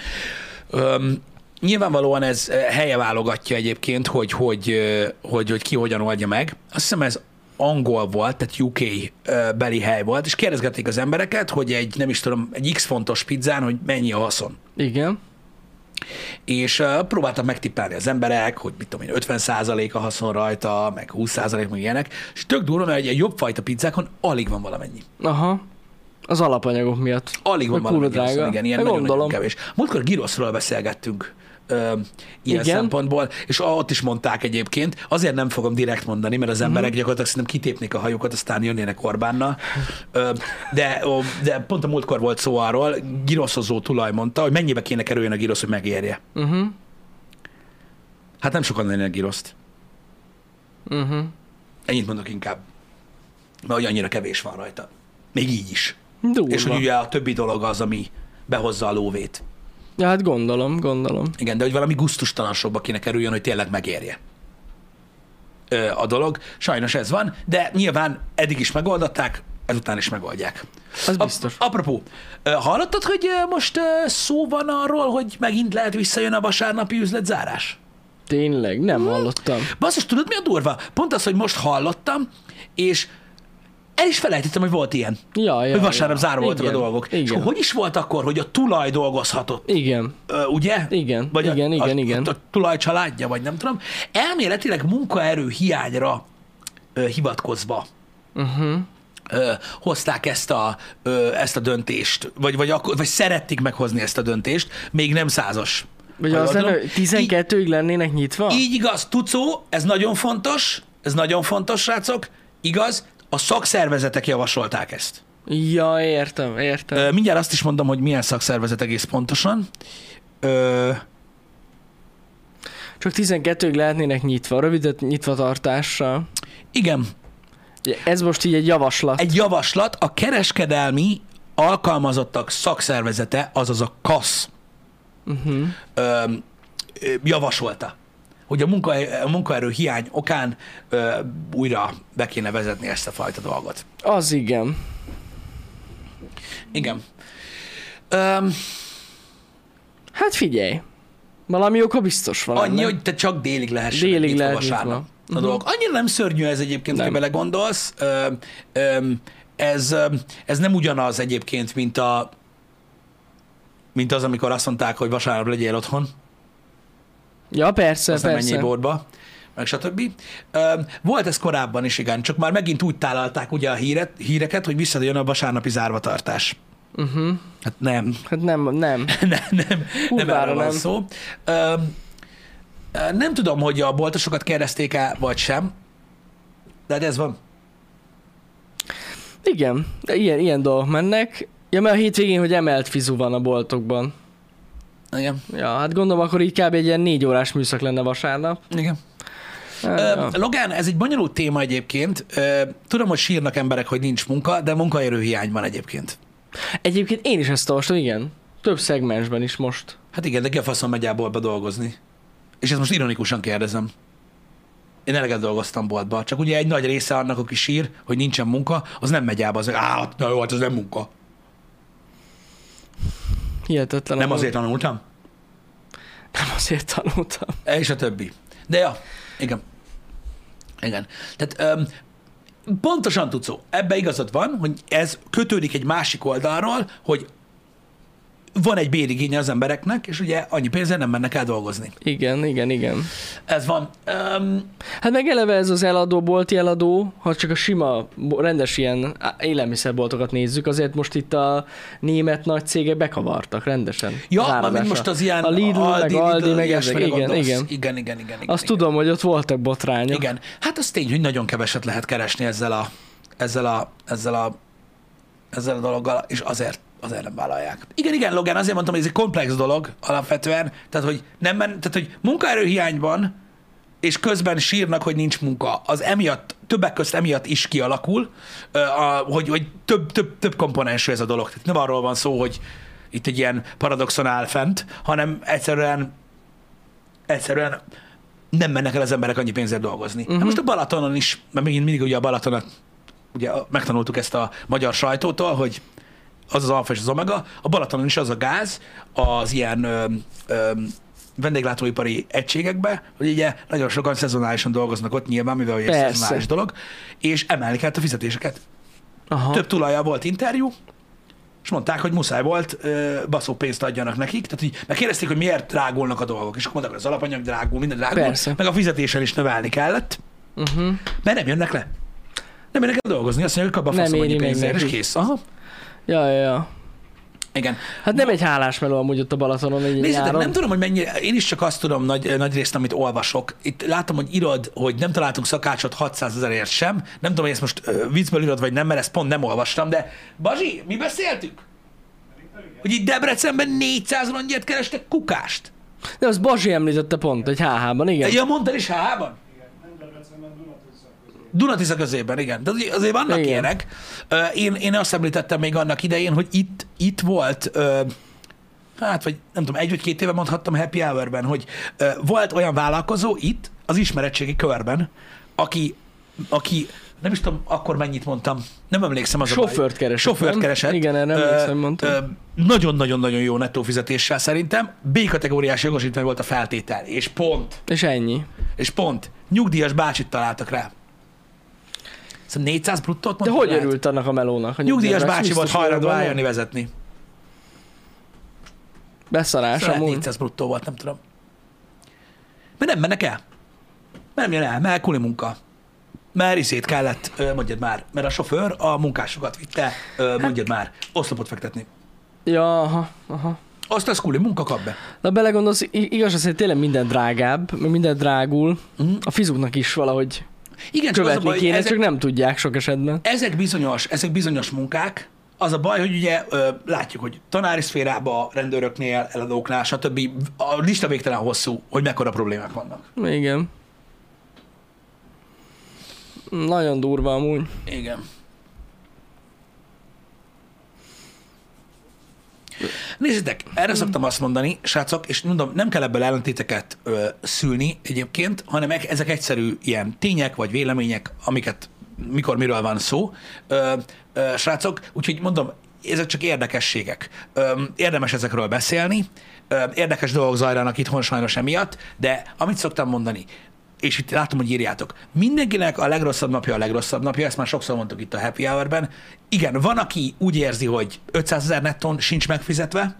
Öm, nyilvánvalóan ez ö, helye válogatja egyébként, hogy hogy, ö, hogy, hogy ki hogyan oldja meg. Azt hiszem ez angol volt, tehát UK ö, beli hely volt, és kérdezgették az embereket, hogy egy, nem is tudom, egy X fontos pizzán, hogy mennyi a haszon
Igen.
és uh, próbáltam megtippelni az emberek, hogy mit tudom én, 50% a haszon rajta, meg 20% meg ilyenek, és tök durva, mert egy egy jobb fajta pizzákon alig van valamennyi.
Aha. Az alapanyagok miatt.
Alig van
Meg
valamennyi.
kurva drága.
haszon, igen, ilyen
Meg
nagyon-nagyon
gondolom.
kevés. Múltkor Giroszról beszélgettünk ö, ilyen igen.
Igen.
szempontból, és ott is mondták egyébként, azért nem fogom direkt mondani, mert
Mhm.
az emberek gyakorlatilag szerintem kitépnék a hajukat, aztán jönnének Orbánnal. Ö, de, ó, de pont a múltkor volt szó arról, giroszozó tulaj mondta, hogy mennyibe kéne kerüljön a girosz, hogy megérje.
Uh-huh.
Hát nem sokan lennének giroszt.
Uh-huh.
Ennyit mondok inkább. Mert hogy annyira kevés van rajta. Még így is.
Durva.
És hogy ugye a többi dolog az, ami behozza a lóvét.
Ja, hát gondolom, gondolom.
Igen, de hogy valami gusztustalanabbba kéne kerüljön, hogy tényleg megérje Ö, a dolog. Sajnos ez van, de nyilván eddig is megoldották, ezután is megoldják.
Az biztos.
A, apropó, ö, hallottad, hogy ö, most ö, szó van arról, hogy megint lehet visszajön a vasárnapi üzletzárás?
Tényleg,
Hát-
nem hallottam.
Basszus, tudod mi a durva? Pont az, hogy most hallottam, és el is felejtettem, hogy volt ilyen.
Ja, ja,
hogy vasárnap
ja.
zárva voltak a
Igen,
dolgok. És
Igen.
akkor hogy is volt akkor, hogy a tulaj dolgozhatott?
Igen.
Ö, ugye?
Igen,
vagy
igen,
a,
igen,
a,
igen.
A, a tulaj családja, vagy nem tudom. Elméletileg munkaerő hiányra ö, hivatkozva
Uh-huh.
ö, hozták ezt a, ö, ezt a döntést, vagy, vagy, akkor, vagy szerették meghozni ezt a döntést, még nem százas.
Vagy
Ha jól
az
tudom.
lenne, hogy 12-ig lennének nyitva?
Így igaz, tucó, ez nagyon fontos, ez nagyon fontos, srácok, igaz, a szakszervezetek javasolták ezt.
Ja, értem, értem.
Ö, Mindjárt azt is mondom, hogy milyen szakszervezet egész pontosan. Ö,
Csak 12-ig lehetnének nyitva, rövidet nyitva tartással.
igen,
Ugye Ez most így egy javaslat.
egy javaslat, a kereskedelmi alkalmazottak szakszervezete, azaz a KASZ
Uh-huh.
ö, ö, javasolta, hogy a, munka, a munkaerő hiány okán ö, újra be kéne vezetni ezt a fajta dolgot.
Az igen.
Igen. Öm,
Hát figyelj, valami oka biztos van.
Annyi,
ennek.
hogy te csak délig lehessen
Délig
nyitva
lehet
vasárnap.
nyitva.
A dolog. Annyira nem szörnyű ez egyébként, ha
Nem.
belegondolsz. Ö, ö, ez, ö, ez nem ugyanaz egyébként, mint a mint az, amikor azt mondták, hogy vasárnap legyél otthon,
Ja, persze,
aztán
persze.
menjél boltba, meg stb. Ö, Volt ez korábban is, igen, csak már megint úgy tálalták ugye a híret, híreket, hogy visszajön a vasárnapi zárvatartás.
Uh-huh.
Hát nem,
Hát nem, nem.
nem, nem, nem
Kurvára
erről van
nem.
szó. Öm, ö, nem tudom, hogy a boltosokat kérdezték el, vagy sem, de hát ez van.
Igen, de ilyen, ilyen dolgok mennek. Ja, mert a hétvégén, hogy emelt fizu van a boltokban.
Igen.
Ja, hát gondolom, akkor így kb. egy ilyen négy órás műszak lenne vasárnap.
Igen.
Hát,
Ö,
ja.
Logan, ez egy bonyolult téma egyébként. Ö, Tudom, hogy sírnak emberek, hogy nincs munka, de munkaerőhiány van egyébként.
Egyébként én is ezt olvastam, igen. Több szegmensben is most.
Hát igen, de ki a faszom megy el boltba dolgozni? És ezt most ironikusan kérdezem. Én eleget dolgoztam boltba, csak ugye egy nagy része annak, aki sír, hogy nincsen munka, az nem megy el, az, á, na jó, hát az nem munka.
Hihetetlen.
Nem
amúgy.
azért tanultam.
Nem azért tanultam.
És a többi. De ja, igen. Igen. Tehát öm, pontosan tudsz, ebbe igazad van, hogy ez kötődik egy másik oldalról, hogy van egy bérigénye az embereknek, és ugye annyi pénzen nem mennek el dolgozni.
Igen, igen, igen.
Ez van. Um,
Hát meg eleve ez az eladó, bolti eladó, ha csak a sima, bo- rendes ilyen á- élelmiszerboltokat nézzük, azért most itt a német nagy cégek bekavartak rendesen.
ja,
Záradásra.
mármint most az ilyen
A Lidl, meg Aldi, meg
ilyesmikre
ilyesmi, igen,
gondolsz.
igen.
igen, igen, igen, igen.
Azt
igen.
tudom, hogy ott voltak botrányok.
Igen. Hát az tény, hogy nagyon keveset lehet keresni ezzel a, ezzel a, ezzel a, ezzel a dologgal, és azért, azért nem vállalják. Igen, igen, Logan, azért mondtam, hogy ez egy komplex dolog alapvetően, tehát hogy, nem men, tehát, hogy munkaerőhiányban, és közben sírnak, hogy nincs munka. Az emiatt, többek közt emiatt is kialakul, ö, a, hogy, hogy több, több, több komponensű ez a dolog. Tehát nem arról van szó, hogy itt egy ilyen paradoxon áll fent, hanem egyszerűen egyszerűen nem mennek el az emberek annyi pénzért dolgozni. Uh-huh. Most a Balatonon is, mert még mindig ugye a Balatonat, ugye a- megtanultuk ezt a magyar sajtótól, hogy az az alfa és az omega, a Balatonon is az a gáz, az ilyen ö, ö, vendéglátóipari egységekbe, hogy ugye nagyon sokan szezonálisan dolgoznak ott nyilván, mivel ugye
Persze.
egy szezonális dolog, és emelni kellett a fizetéseket.
Aha.
Több tulajjal volt interjú, és mondták, hogy muszáj volt, ö, baszó pénzt adjanak nekik. Tehát így, mert kérdezték, hogy miért drágulnak a dolgok. És akkor mondták, hogy az alapanyag drágul, minden drágul.
Persze.
Meg a fizetésen is növelni kellett,
Uh-huh.
mert nem jönnek le. Nem jönnek el dolgozni, azt mondják, hogy kap a
Nem
faszom annyi
éri meg
pénzért, és
neki.
kész. Aha.
Ja, ja, ja.
Igen.
Hát nem egy hálás meló amúgy ott a Balatonon egy
Nézzétek,
nyáron.
nem tudom, hogy mennyire, én is csak azt tudom nagy, nagy részt, amit olvasok. Itt látom, hogy írod, hogy nem találtunk szakácsot 600 ezerért sem. Nem tudom, hogy ezt most ö, viccből írod, vagy nem, mert ezt pont nem olvastam, de Bazsi, mi beszéltük? Hogy itt Debrecenben 400 rongyért kerestek kukást.
De az Bazsi említette pont, egy HH-ban, igen.
Ja, mondtad is hában? Dunatisza közében, igen. De azért- azért vannak igen.
Igen.
ilyenek. Ö, Én, én azt említettem még annak idején, hogy itt, itt volt, ö, hát vagy nem tudom, egy vagy két éve mondhattam Happy Hour-ben, hogy ö, volt olyan vállalkozó itt, az ismeretségi körben, aki, aki nem is tudom, akkor mennyit mondtam, nem emlékszem az a baj.
Sofőrt keresett,
Sofőrt
nem?
keresett.
Igen, erre
Ö,
emlékszem, mondtam.
ö, Nagyon-nagyon-nagyon jó nettó fizetéssel szerintem. B-kategóriás jogosítvány volt a feltétel, és pont.
És ennyi.
És pont, nyugdíjas bácsit találtak rá. Szóval 400 bruttót
De
mondta
hogy
lehet?
örült annak a melónak? A
Nyugdíjas bácsi volt
biztos
hajlandó
örül,
eljönni vezetni.
Beszarás
Szóval
amúgy.
400 bruttó volt, nem tudom. Mert nem mennek el. Mert nem jön el, mert kuli munka. Mert iszét kellett, ö, mondjad már, mert a sofőr a munkásokat vitte, ö, mondjad
Hát-
már, oszlopot fektetni.
Ja, aha, aha.
Azt az kuli munka kap be.
De ha belegondolsz, i- igaz az, hogy tényleg minden drágább, meg minden drágul.
Mhm.
A fizuknak is valahogy
Igen, csak az a
követni
baj,
kéne,
ezek-
csak nem tudják sok esetben.
ezek bizonyos, ezek bizonyos munkák, az a baj, hogy ugye ö, látjuk, hogy tanári szférába, rendőröknél, eladóknál, stb. A lista végtelen hosszú, hogy mekkora problémák vannak.
Igen. Nagyon durva amúgy.
Igen. Nézzétek, erre szoktam azt mondani, srácok, és mondom, nem kell ebből ellentéteket ö, szülni egyébként, hanem e- ezek egyszerű ilyen tények vagy vélemények, amiket mikor miről van szó, ö, ö, srácok, úgyhogy mondom, ezek csak érdekességek. Ö, érdemes ezekről beszélni, ö, érdekes dolgok zajlanak itthon sajnos emiatt, de amit szoktam mondani, és itt látom, hogy írjátok. Mindenkinek a legrosszabb napja a legrosszabb napja, ezt már sokszor mondtuk itt a Happy Hour-ben. Igen, van, aki úgy érzi, hogy 500 ezer netton sincs megfizetve,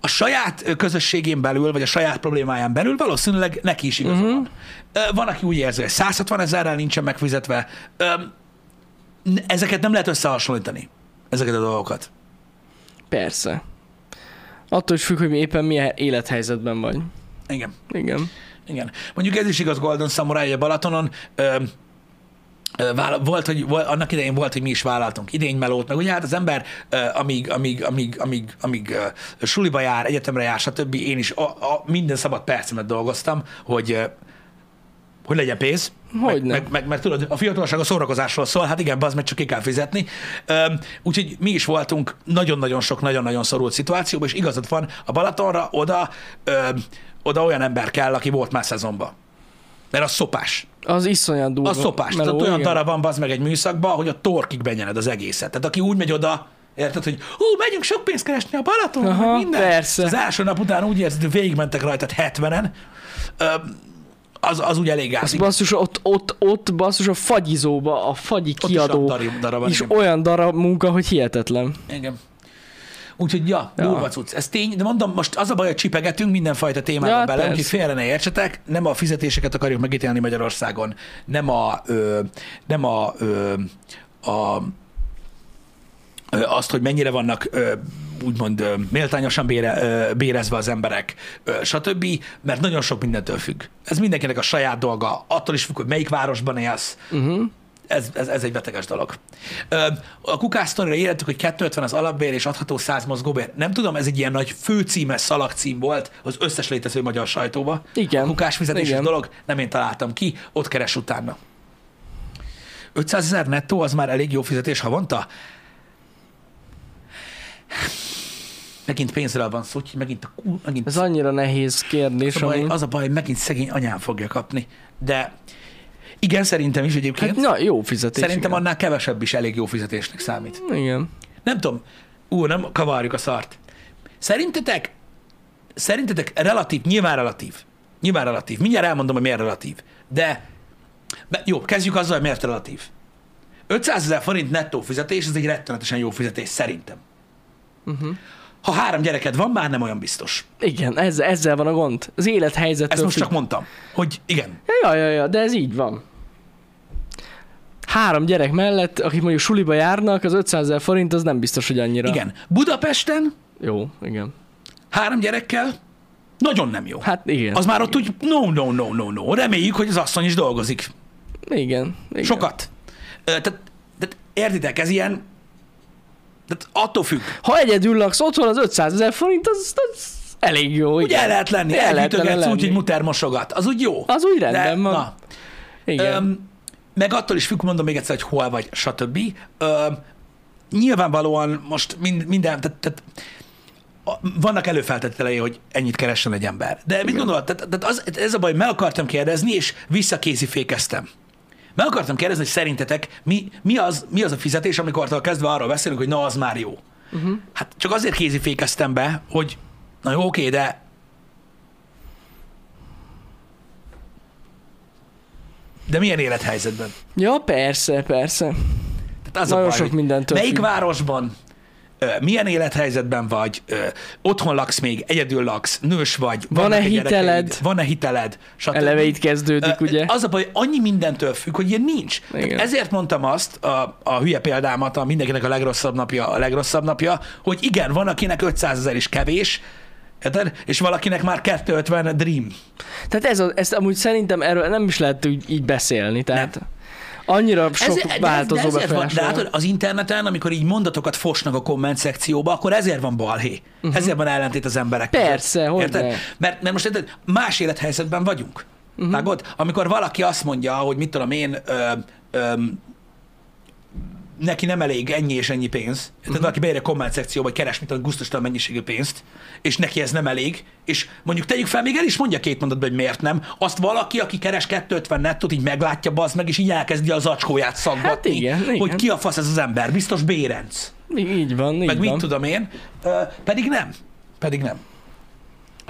a saját ö, közösségén belül, vagy a saját problémáján belül valószínűleg neki is igaza uh-huh. van. Ö, Van, aki úgy érzi, hogy 160 ezerrel nincsen megfizetve. Öm, n- Ezeket nem lehet összehasonlítani, ezeket a dolgokat.
Persze. Attól is függ, hogy éppen milyen élethelyzetben vagy.
Igen.
Igen.
Igen. Mondjuk ez is igaz Golden Samurai a Balatonon. Ö, ö, vála- volt, hogy vol- annak idején volt, hogy mi is vállaltunk idénymelót, meg ugye hát az ember, ö, amíg, amíg, amíg, amíg, amíg ö, suliba jár, egyetemre jár, stb. Én is a, a minden szabad percemet dolgoztam, hogy ö, hogy legyen pénz. meg,
Hogyne.
meg, meg, meg, tudod, a fiatalság a szórakozásról szól, hát igen, bazd meg csak ki kell fizetni. Öm, úgyhogy mi is voltunk nagyon-nagyon sok, nagyon-nagyon szorult szituációban, és igazad van, a Balatonra oda, öm, oda olyan ember kell, aki volt már szezonban. Mert az szopás.
Az iszonyat durva.
A szopás.
meló,
Tehát olyan
igen.
darab van, bazd meg egy műszakban, hogy a torkig benyened az egészet. Tehát aki úgy megy oda, Érted, hogy hú, megyünk sok pénzt keresni a Balatonra,
Aha,
meg minden.
persze.
És Az első nap után úgy érzed, hogy végigmentek rajtad 70-en, Öm, az, az úgy elég gáz.
Az basszus, ott, ott, ott basszus a fagyizóba, a fagyi
is
kiadó
a darab- darab van,
is
igen.
olyan darab munka, hogy hihetetlen.
Engem. Úgyhogy ja,
Ja.
ja. durva cucc. Ez tény, de mondom, most az a baj, hogy csipegetünk mindenfajta témába
Ja,
ja, bele,
persze.
úgyhogy félre ne értsetek, nem a fizetéseket akarjuk megítélni Magyarországon, nem a, ö, nem a, ö, a ö, azt, hogy mennyire vannak ö, úgymond ö, méltányosan bére, ö, bérezve az emberek, ö, stb., mert nagyon sok mindentől függ. Ez mindenkinek a saját dolga, attól is függ, hogy melyik városban élsz.
Mm.
Uh-huh. Ez, ez, ez egy beteges dolog. Ö, A kukásztorira írtuk, hogy 250 az alapbér és adható 100 mozgóbér. Nem tudom, ez egy ilyen nagy főcíme, szalagcím volt az összes létező magyar sajtóba.
Igen.
A kukásfizetéses
Igen.
dolog, nem én találtam ki, ott keres utána. 500 ezer nettó az már elég jó fizetés havonta? Megint pénzről van szó, úgyhogy megint a kú, megint
Ez annyira nehéz kérdés,
az, a baj,
amúgy.
Szóval az a baj, megint szegény anyám fogja kapni. De igen, szerintem is egyébként.
Hát, na, jó fizetés.
szerintem
igen.
annál kevesebb is elég jó fizetésnek számít.
Igen.
Nem tudom, ú, nem kavarjuk a szart. Szerintetek, szerintetek relatív, nyilván relatív, nyilván relatív, mindjárt elmondom, hogy miért relatív, de be- jó, kezdjük azzal, hogy miért relatív. 500 ezer forint nettó fizetés, ez egy rettenetesen jó fizetés, szerintem. Uh-huh. Ha három gyereked van, már nem olyan biztos.
Igen, ezzel, ezzel van a gond. Az élethelyzettől
Ezt most
függ.
csak mondtam, hogy igen.
Ja, ja, ja, de ez így van. Három gyerek mellett, akik mondjuk suliba járnak, az 500 ezer forint az nem biztos, hogy annyira.
Igen. Budapesten
Jó, igen.
három gyerekkel nagyon nem jó.
Hát igen.
Az már ott úgy no, no, no, no, no. Reméljük, hogy az asszony is dolgozik.
Igen. igen.
Sokat. Ö, Tehát, tehát értitek, ez ilyen, tehát attól függ.
Ha egyedül laksz otthon, az 500 ezer forint, az, az elég jó.
Ugye
igen.
el lehet lenni,
El lehet vele
elhűtögetsz
lenni.
úgy, hogy muter mosogat. Az úgy jó.
Az úgy rendben van.
na.
igen.
Öm, meg attól is függ, mondom még egyszer, hogy hol vagy, stb. Öm, nyilvánvalóan most mind, minden, tehát, tehát a- vannak előfeltételei, hogy ennyit keressen egy ember. De mit gondolod? Tehát, tehát az, ez a baj, meg akartam kérdezni, és visszakézifékeztem. Meg akartam kérdezni, hogy szerintetek mi, mi, az, mi az a fizetés, amikor kezdve arról beszélünk, hogy na, az már jó. Uh-huh. Hát csak azért kézifékeztem be, hogy na jó, oké, de de milyen élethelyzetben?
Ja, persze, persze.
Tehát Hát az
Nagyon
a baj,
sok
hogy
mindentől
Melyik
függ.
városban, ö, milyen élethelyzetben vagy, ö, otthon laksz még, egyedül laksz, nős vagy,
Van-e
vannak-e gyerekeid,
hiteled?
Van-e hiteled? stb.
Eleve itt kezdődik,
Ö,
ugye?
Az a baj, hogy annyi mindentől függ, hogy ilyen nincs. Tehát
Igen.
Ezért mondtam azt, a, a hülye példámat, a mindenkinek a legrosszabb napja, a legrosszabb napja, hogy igen, van, akinek 500 ezer is kevés, érted? és valakinek már 250 a dream.
Tehát ez, a, ezt amúgy szerintem erről nem is lehet úgy, így beszélni, tehát nem. annyira sok
de
ez,
de
változó
ezért van- De hát-
befolyásolja.
látod, az interneten, amikor így mondatokat fosnak a komment szekcióba, akkor ezért van balhé. Uh-huh. Ezért van ellentét az emberek között.
Mhm. Persze, hogy
Érted?
ne. Mhm.
Mert, mert most érted, más élethelyzetben vagyunk. Uh-huh. Vágod? Amikor valaki azt mondja, hogy mit tudom én, ö, ö, neki nem elég ennyi és ennyi pénz, tehát
Mhm.
uh-huh. valaki beér a komment szekcióba, hogy keres, mint a gusztustalan mennyiségű pénzt, és neki ez nem elég, és mondjuk tegyük fel, még el is mondja két mondatban, hogy miért nem, azt valaki, aki keres 250 nettot, így meglátja, bazd meg, és így elkezdi az acskóját szaggatni,
Hát igen, igen.
hogy ki a fasz ez az ember, biztos Bérenc,
Í- Így van, így
meg
van.
mit tudom én, Ö, pedig nem, pedig nem.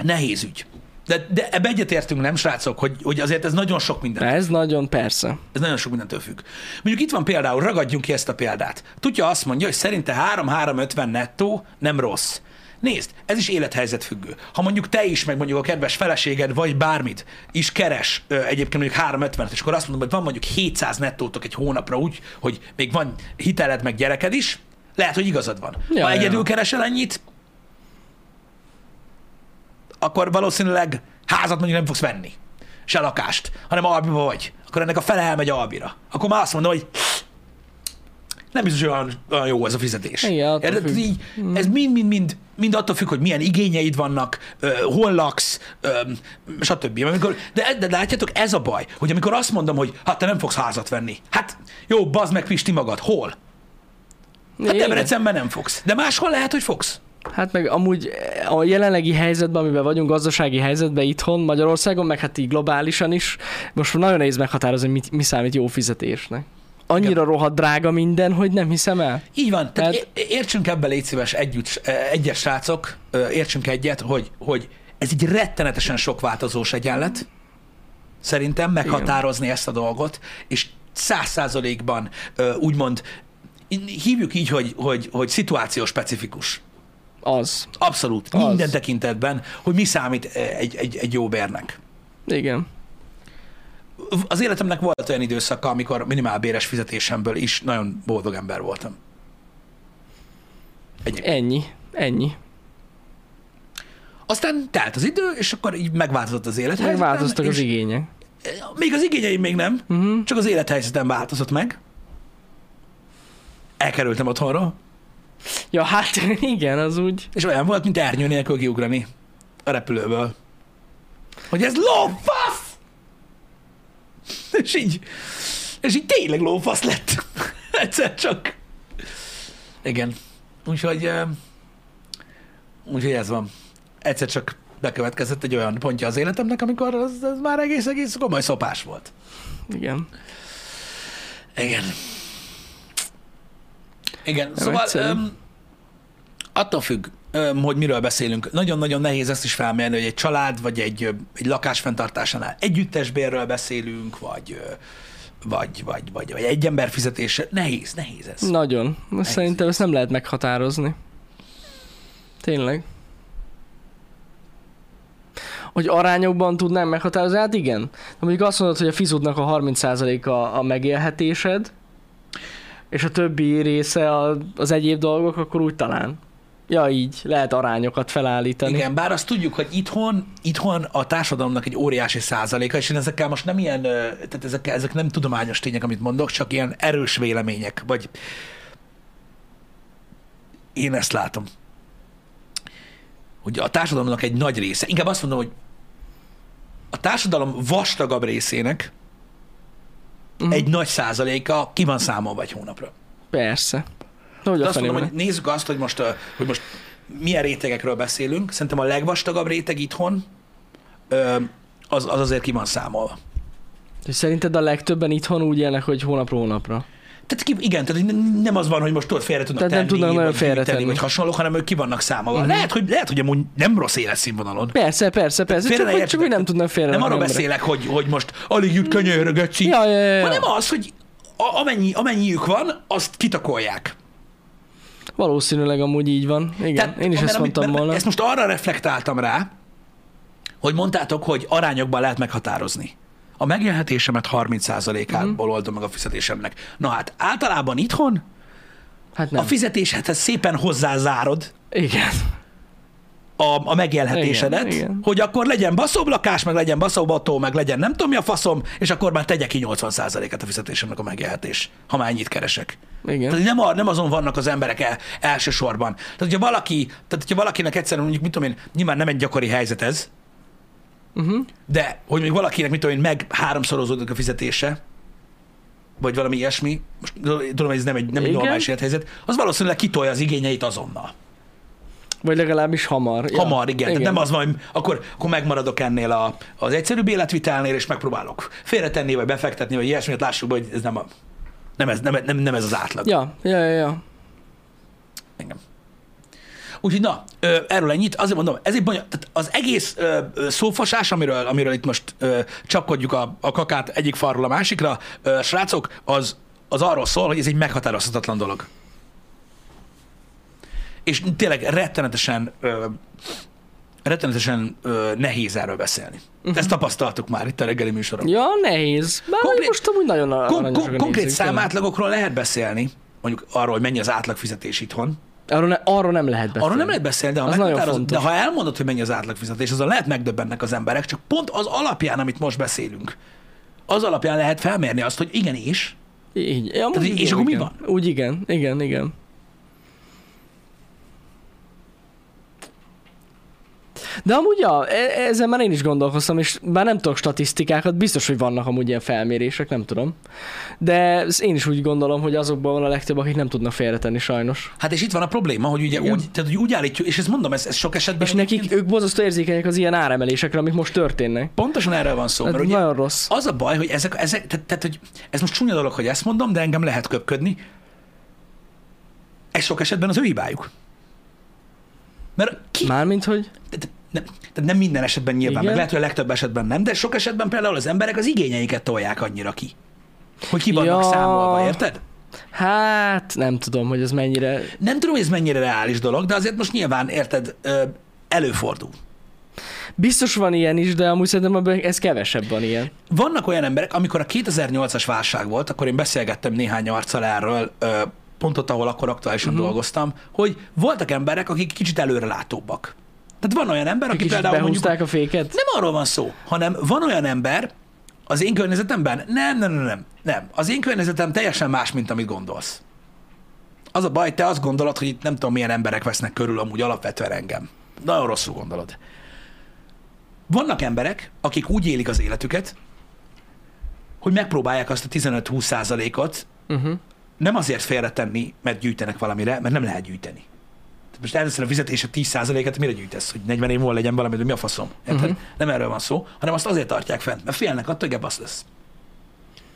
Nehéz ügy. De, de ebbe egyetértünk, nem, srácok, hogy, hogy azért ez nagyon sok minden.
Ez nagyon persze.
Ez nagyon sok mindentől függ. Mondjuk itt van például, ragadjunk ki ezt a példát. Tudja azt mondja, hogy szerinte 3-350 nettó nem rossz. Nézd, ez is élethelyzet függő. Ha mondjuk te is, meg mondjuk a kedves feleséged, vagy bármit is keres ö, egyébként mondjuk 350 és akkor azt mondom, hogy van mondjuk 700 nettótok egy hónapra úgy, hogy még van hiteled, meg gyereked is, lehet, hogy igazad van.
Ja,
Ja, ha
ja.
egyedül keresel ennyit, akkor valószínűleg házat mondjuk nem fogsz venni, se lakást, hanem albiba vagy. Akkor ennek a fele elmegy albira. Akkor már azt mondom, hogy nem biztos, hogy olyan, olyan jó ez a fizetés.
Igen, attól
Érted?
függ. Mm.
Így, ez mind-mind-mind mind attól függ, hogy milyen igényeid vannak, ö, hol laksz, ö, stb. Amikor, de, de látjátok, ez a baj, hogy amikor azt mondom, hogy hát te nem fogsz házat venni, hát jó, bazd meg Pisti magad, hol? Hát
Igen.
Debrecenben nem fogsz, de máshol lehet, hogy fogsz.
Hát meg amúgy a jelenlegi helyzetben, amiben vagyunk, gazdasági helyzetben itthon, Magyarországon, meg hát így globálisan is, most nagyon nehéz meghatározni, hogy mit, mi számít jó fizetésnek. Annyira Igen. rohadt drága minden, hogy nem hiszem el.
Így van, tehát
Tehát-
é- értsünk ebbe légy szíves együtt, eh, egyes srácok, eh, értsünk egyet, hogy, hogy ez egy rettenetesen sok változós egyenlet, szerintem meghatározni ezt a dolgot, és száz százalékban eh, úgymond, í- hívjuk így, hogy, hogy, hogy szituáció specifikus.
Az.
Abszolút.
Az.
Minden tekintetben, hogy mi számít e, egy, egy, egy jó bérnek.
Igen.
Az életemnek volt olyan időszaka, amikor minimálbéres fizetésemből is nagyon boldog ember voltam. Egyébként.
Ennyi. Ennyi. Hát
Aztán telt az idő, és akkor így megváltozott az élethelyzetem.
Megváltoztak az
és
igények.
Még az igényeim még nem,
Uh-huh.
csak az élethelyzetem változott meg. Elkerültem otthonról,
Ja, hát igen, az úgy.
és olyan volt, mint ernyő nélkül kiugrani a repülőből. Hogy ez lófasz! És így, és így tényleg lófasz lett. Egyszer csak. Igen. Úgyhogy, eh, úgyhogy ez van. Egyszer csak bekövetkezett egy olyan pontja az életemnek, amikor az, az már egész-egész komoly szopás volt.
Igen.
Igen. Igen, szóval
egyszerű.
um, attól függ, um, hogy miről beszélünk. Nagyon-nagyon nehéz ezt is felmérni, hogy egy család vagy egy, ö, egy lakás fenntartásánál együttesbérről beszélünk, vagy, ö, vagy, vagy, vagy, vagy egy ember fizetése. Nehéz, nehéz ez.
Nagyon. Most szerintem ezt nem lehet meghatározni. Tényleg. Hogy arányokban tudnám meghatározni? Hát igen. De mondjuk azt mondod, hogy a fizudnak a 30%-a a megélhetésed, és a többi része a- az egyéb dolgok, akkor úgy talán. Ja, így. Lehet arányokat felállítani.
Igen, bár azt tudjuk, hogy itthon, itthon a társadalomnak egy óriási százaléka, és én ezekkel most nem ilyen, ö, tehát ezek, ezek nem tudományos tények, amit mondok, csak ilyen erős vélemények, vagy én ezt látom. Hogy a társadalomnak egy nagy része, inkább azt mondom, hogy a társadalom vastagabb részének
Mhm.
egy nagy százaléka ki van számolva egy hónapra.
Persze. De hogy
De
a
azt
fenében?
mondom, hogy nézzük azt, hogy most, ö, hogy most milyen rétegekről beszélünk. Szerintem a legvastagabb réteg itthon ö, az, az azért ki van számolva.
És szerinted a legtöbben itthon úgy élnek, hogy hónapról hónapra?
Tehát ki, igen, tehát hogy nem az van, hogy most tudod, félre tudnak
Tehát nem
tenni,
tudnak nagyon
vagy gyűjteni,
félretenni.
vagy hasonlók, hanem ők ki vannak számolva.
Mhm.
Uh-huh. Lehet, hogy, lehet, hogy amúgy nem rossz életszínvonalon.
Persze, persze, persze.
félre
Csak, hogy- csak
értetek.
hogy nem tudnak félre.
Nem arról
rakni emberek.
beszélek, hogy, hogy most alig jut könyörög, öcsi,
Mhm. Ja, ja, ja, ja.
hanem az, hogy a, amennyi, amennyiük van, azt kitakolják.
Valószínűleg amúgy így van. Igen, Tehát, én is
mert
ezt
amit-
mondtam
mert-
volna.
Ezt most arra reflektáltam rá, hogy mondtátok, hogy arányokban lehet meghatározni. A megélhetésemet 30%-ából
Mhm.
oldom meg a fizetésemnek. Na hát általában itthon
Hát
nem.
nem.
a fizetésedhez szépen hozzázárod
Igen.
a, a megélhetésedet,
Igen,
igen,
igen.
igen. hogy akkor legyen baszóbb lakás, meg legyen baszóbb autó, meg legyen nem tudom mi a faszom, és akkor már tegye ki 80%-át a fizetésemnek a megélhetés, ha már ennyit keresek.
Igen.
Tehát nem, a- nem azon vannak az emberek el, elsősorban. Tehát, hogyha valaki, tehát, hogyha valakinek egyszerűen mondjuk, mit tudom én, nyilván nem egy gyakori helyzet ez,
Uh-huh.
de hogy még valakinek, mit tudom én, meg háromszorozódik a fizetése, vagy valami ilyesmi, most tudom, hogy ez nem egy, nem egy
Igen.
normális élethelyzet, az valószínűleg kitolja az igényeit azonnal.
Vagy legalábbis hamar.
Ja, Hamar, igen. igen. Tehát nem az van, hogy akkor, akkor megmaradok ennél a, az egyszerűbb életvitelnél, és megpróbálok félretenni, vagy befektetni, vagy ilyesmit, lássuk, be, hogy ez nem, a, nem, ez, nem, nem, nem ez az átlag.
Ja, ja, ja, ja.
Engem. Úgyhogy na, ö, erről ennyit, azért mondom, ez egy bonyol, tehát az egész ö, ö, szófasás, amiről, amiről itt most ö, csapkodjuk a, a kakát egyik farról a másikra, ö, srácok, az, az arról szól, hogy ez egy meghatározhatatlan dolog. És tényleg rettenetesen ö, rettenetesen ö, nehéz erről beszélni. Uh-huh. Ezt tapasztaltuk már itt a reggeli műsorban.
Mhm. Ja, nehéz. Bár
Konkrét-
konkrét, most amúgy nagyon ar-
Kon-
aranyosak
kon-
a
konkrét
nézők, tényleg.
számátlagokról lehet beszélni, mondjuk arról, hogy mennyi az átlagfizetés itthon,
Arról, ne, arról nem lehet beszélni.
Arról nem lehet beszélni, de ha,
Az nagyon
meghatározod-
fontos.
de ha elmondod, hogy mennyi az átlagfizetés, azon lehet megdöbbennek az emberek, csak pont az alapján, amit most beszélünk, az alapján lehet felmérni azt, hogy igenis,
Így. Ja, amúgy
Tehát,
igen,
és akkor mi
igen.
van?
Úgy igen, igen, igen. De amúgy ja, e- ezzel már én is gondolkoztam, és bár nem tudok statisztikákat, biztos, hogy vannak amúgy ilyen felmérések, nem tudom. De ezt én is úgy gondolom, hogy azokban van a legtöbb, akik nem tudnak félretenni sajnos.
hát és itt van a probléma, hogy ugye
Igen.
úgy, tehát, hogy úgy állítjuk, és ezt mondom, ez, ez sok esetben
És nekik,
egyébként
ők bozasztó érzékenyek az ilyen áremelésekre, amik most történnek.
pontosan erről van szó,
Ez
Szóval, mert ugye
Hát nagyon rossz.
az a baj, hogy ezek, ezek tehát, tehát, hogy ez most csúnya dolog, hogy ezt mondom, de engem lehet köpködni, ez sok esetben az ő hibájuk. Mert ki
Mármint, hogy...
tehát nem, tehát nem minden esetben nyilván,
Igen.
meg lehet, hogy a legtöbb esetben nem, de sok esetben például az emberek az igényeiket tolják annyira ki, hogy ki vannak
Ja.
számolva, érted?
Hát nem tudom, hogy ez mennyire...
Nem tudom, hogy ez mennyire reális dolog, de azért most nyilván, érted, ö, előfordul.
Biztos van ilyen is, de amúgy szerintem ebben ez kevesebb van ilyen.
Vannak olyan emberek, amikor a 2008-as válság volt, akkor én beszélgettem néhány arccal erről, ö, pont ott, ahol akkor aktuálisan
Mhm.
uh-huh. dolgoztam, hogy voltak emberek, akik kicsit előrelátóbbak. Tehát van olyan ember, aki
Kicsit
például mondjuk...
behúzták a féket.
Nem arról van szó, hanem van olyan ember az én környezetemben, nem, nem, nem, nem, nem. Az én környezetem teljesen más, mint amit gondolsz. Az a baj, te azt gondolod, hogy itt nem tudom, milyen emberek vesznek körül amúgy alapvetően engem. Nagyon rosszul gondolod. Vannak emberek, akik úgy élik az életüket, hogy megpróbálják azt a 15-20 százalékot
Uh-huh.
nem azért félretenni, mert gyűjtenek valamire, mert nem lehet gyűjteni. Tehát most először a fizetése 10%-et mire gyűjtesz, hogy 40 év múlva legyen valami, hogy mi a faszom? Érted? Uh-huh. Nem erről van szó, hanem azt azért tartják fent, mert félnek attól, hogy ebből az lesz.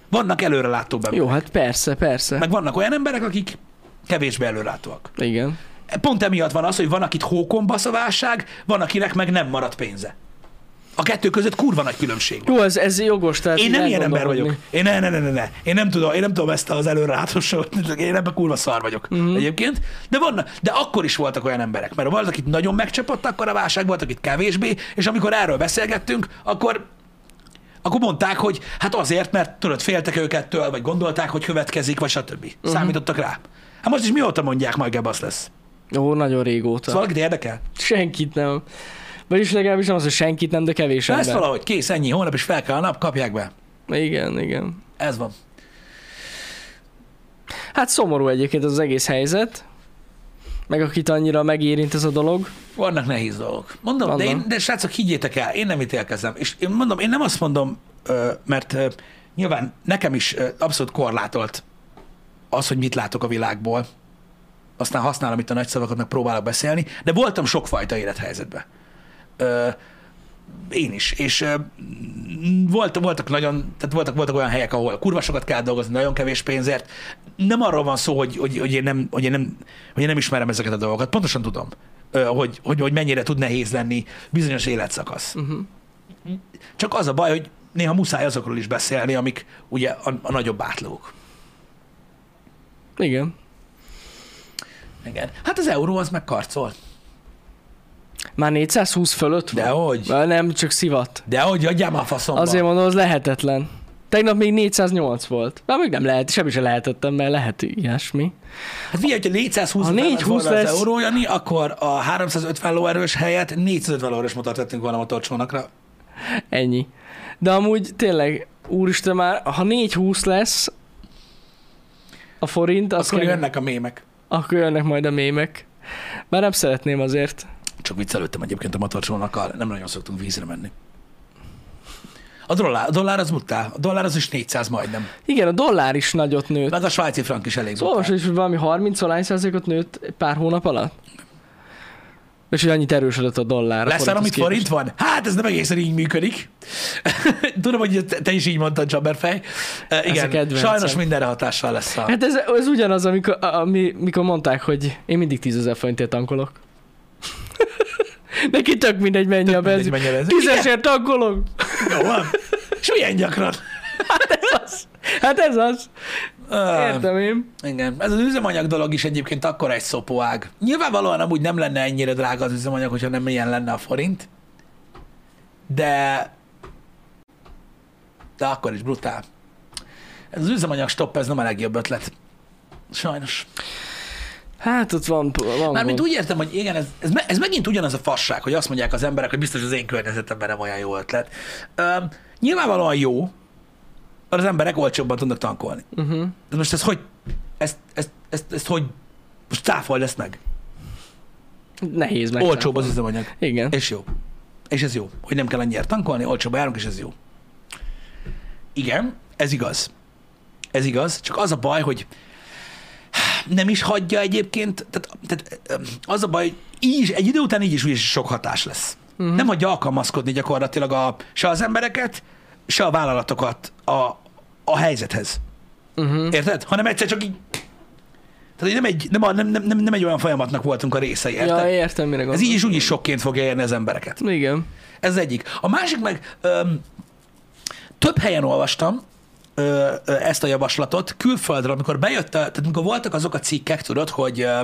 Vannak előrelátóbb emberek.
Jó, hát persze, persze.
Meg vannak olyan emberek, akik kevésbé előrelátóak.
Igen.
Pont emiatt van az, hogy van, akit hókon basz a válság, van, akinek meg nem maradt pénze. A kettő között kurva nagy különbség van.
Jó, ez, ez jogos, tehát
Én nem ilyen ember
elgondolkodni.
vagyok. Én ne, ne, ne, ne, ne. Én nem tudom, én nem tudom ezt az előrelátosságot, én ebben kurva szar vagyok mm-hmm. egyébként. De van, de akkor is voltak olyan emberek, mert volt, akit nagyon megcsapott akkor a válság, volt, akit kevésbé, és amikor erről beszélgettünk, akkor akkor mondták, hogy hát azért, mert tudod, féltek őket től, vagy gondolták, hogy következik, vagy stb. Uh-huh. Számítottak rá. Hát most is mióta mondják, majd gebasz lesz.
Ó, nagyon régóta.
Ez valakit érdekel?
Senkit nem. Vagyis legalábbis nem az, hogy senkit nem, de kevés
Lesz
ember.
valahogy, kész, ennyi, holnap is fel kell a nap, kapják be.
Igen, igen.
Ez van.
Hát szomorú egyébként az egész helyzet, meg akit annyira megérint ez a dolog.
Vannak nehéz dolgok. Mondom, de,
Vannak.
én, de srácok, higgyétek el, én nem ítélkezem. És én mondom, én nem azt mondom, ö, mert ö, nyilván nekem is ö, abszolút korlátolt az, hogy mit látok a világból. Aztán használom itt a nagy szavakat, meg próbálok beszélni, de voltam sokfajta élethelyzetben. Ö, Én is. És ö, m, volt, voltak nagyon, tehát voltak, voltak olyan helyek, ahol kurva sokat kell dolgozni, nagyon kevés pénzért. Nem arról van szó, hogy, hogy, hogy, én, nem, hogy, én, nem, hogy én nem ismerem ezeket a dolgokat. Pontosan tudom, ö, hogy, hogy, hogy mennyire tud nehéz lenni bizonyos életszakasz. Uh-huh. Csak az a baj, hogy néha muszáj azokról is beszélni, amik ugye a, a nagyobb átlók.
Igen.
Igen. Hát az euró az meg karcol.
Már 420 fölött van?
Dehogy.
Már Nem, csak szivat.
Dehogy, adjál már faszomba.
Azért mondom, az lehetetlen. Tegnap még 408 volt. Már még nem lehet, semmi sem lehetettem, mert lehet ilyesmi.
Hát figyelj, hogyha 420
Ha
után lett
420
volna lesz...
lesz-
az euró, Jani, akkor a 350 lóerős helyett 450 lóerős motort tettünk volna motorcsónakra.
Ennyi. De amúgy tényleg, úristen már, ha 420 lesz a forint, az
Akkor
kemény.
jönnek a mémek.
akkor jönnek majd a mémek. Bár nem szeretném azért.
Csak viccelődtem egyébként a motorcsónakkal, nem nagyon szoktunk vízre menni. A dollár, a dollár az mutál, a dollár az is 400 majdnem.
Igen, a dollár is nagyot nőtt.
Meg a svájci frank is elég
Szóval
brutál.
most is hogy valami 30 alány százalékot nőtt pár hónap alatt. És hogy annyit erősödött a dollár. a
Lesz arra,
forinthoz
amit
képest.
forint van? Hát ez nem egészen így működik. Tudom, hogy te- te is így mondtad, Csabberfej. Uh,
a
igen,
kedvencem.
sajnos mindenre hatással lesz a...
Hát ez, ez ugyanaz, amikor, a- ami, mikor mondták, hogy én mindig 10 ezer forintért tankolok. Neki tök mindegy mennyi a
mindegy,
benzin.
mennyi a benzin.
Tízesért tankolok!
Jó van. És milyen gyakran?
Hát ez az.
Ah.
Értem én.
Igen, ez az üzemanyag dolog is egyébként akkor egy szopóág. Nyilvánvalóan amúgy nem lenne ennyire drága az üzemanyag, hogyha nem ilyen lenne a forint, de de akkor is brutál. Ez az üzemanyag stopp, ez nem a legjobb ötlet. Sajnos.
Hát ott van, van
Mármint
gond.
úgy értem, hogy igen, ez, ez, me- ez megint ugyanaz a fasság, hogy azt mondják az emberek, hogy biztos az én környezetemben nem olyan jó ötlet. Üm, nyilvánvalóan jó, mert az emberek olcsóbban tudnak tankolni.
Uh-huh.
De most ez hogy, ezt, ezt, ezt, ezt hogy, most cáfold ezt meg.
Nehéz meg.
Olcsóbb az üzemanyag.
Igen.
És jó. És ez jó, hogy nem kell annyira tankolni, olcsóbb járunk, és ez jó. Igen, ez igaz. Ez igaz, csak az a baj, hogy nem is hagyja egyébként, tehát, tehát öm, az a baj, hogy így is, egy idő után így is, úgy is sok hatás lesz.
Mhm.
Uh-huh. Nem hagyja alkalmazkodni gyakorlatilag a, se az embereket, se a vállalatokat a, a helyzethez.
Uh-huh.
Érted? Hanem egyszer csak így... Tehát hogy nem egy, nem, a, nem, nem, nem, nem egy olyan folyamatnak voltunk a részei, érted?
Ja, értem, mire
Ez
gondolsz.
így is úgy is sokként fogja érni az embereket.
Igen.
Ez az egyik. A másik meg öm, több helyen olvastam, ö, ö, ezt a javaslatot külföldre, amikor bejött, a, tehát amikor voltak azok a cikkek, tudod, hogy ö,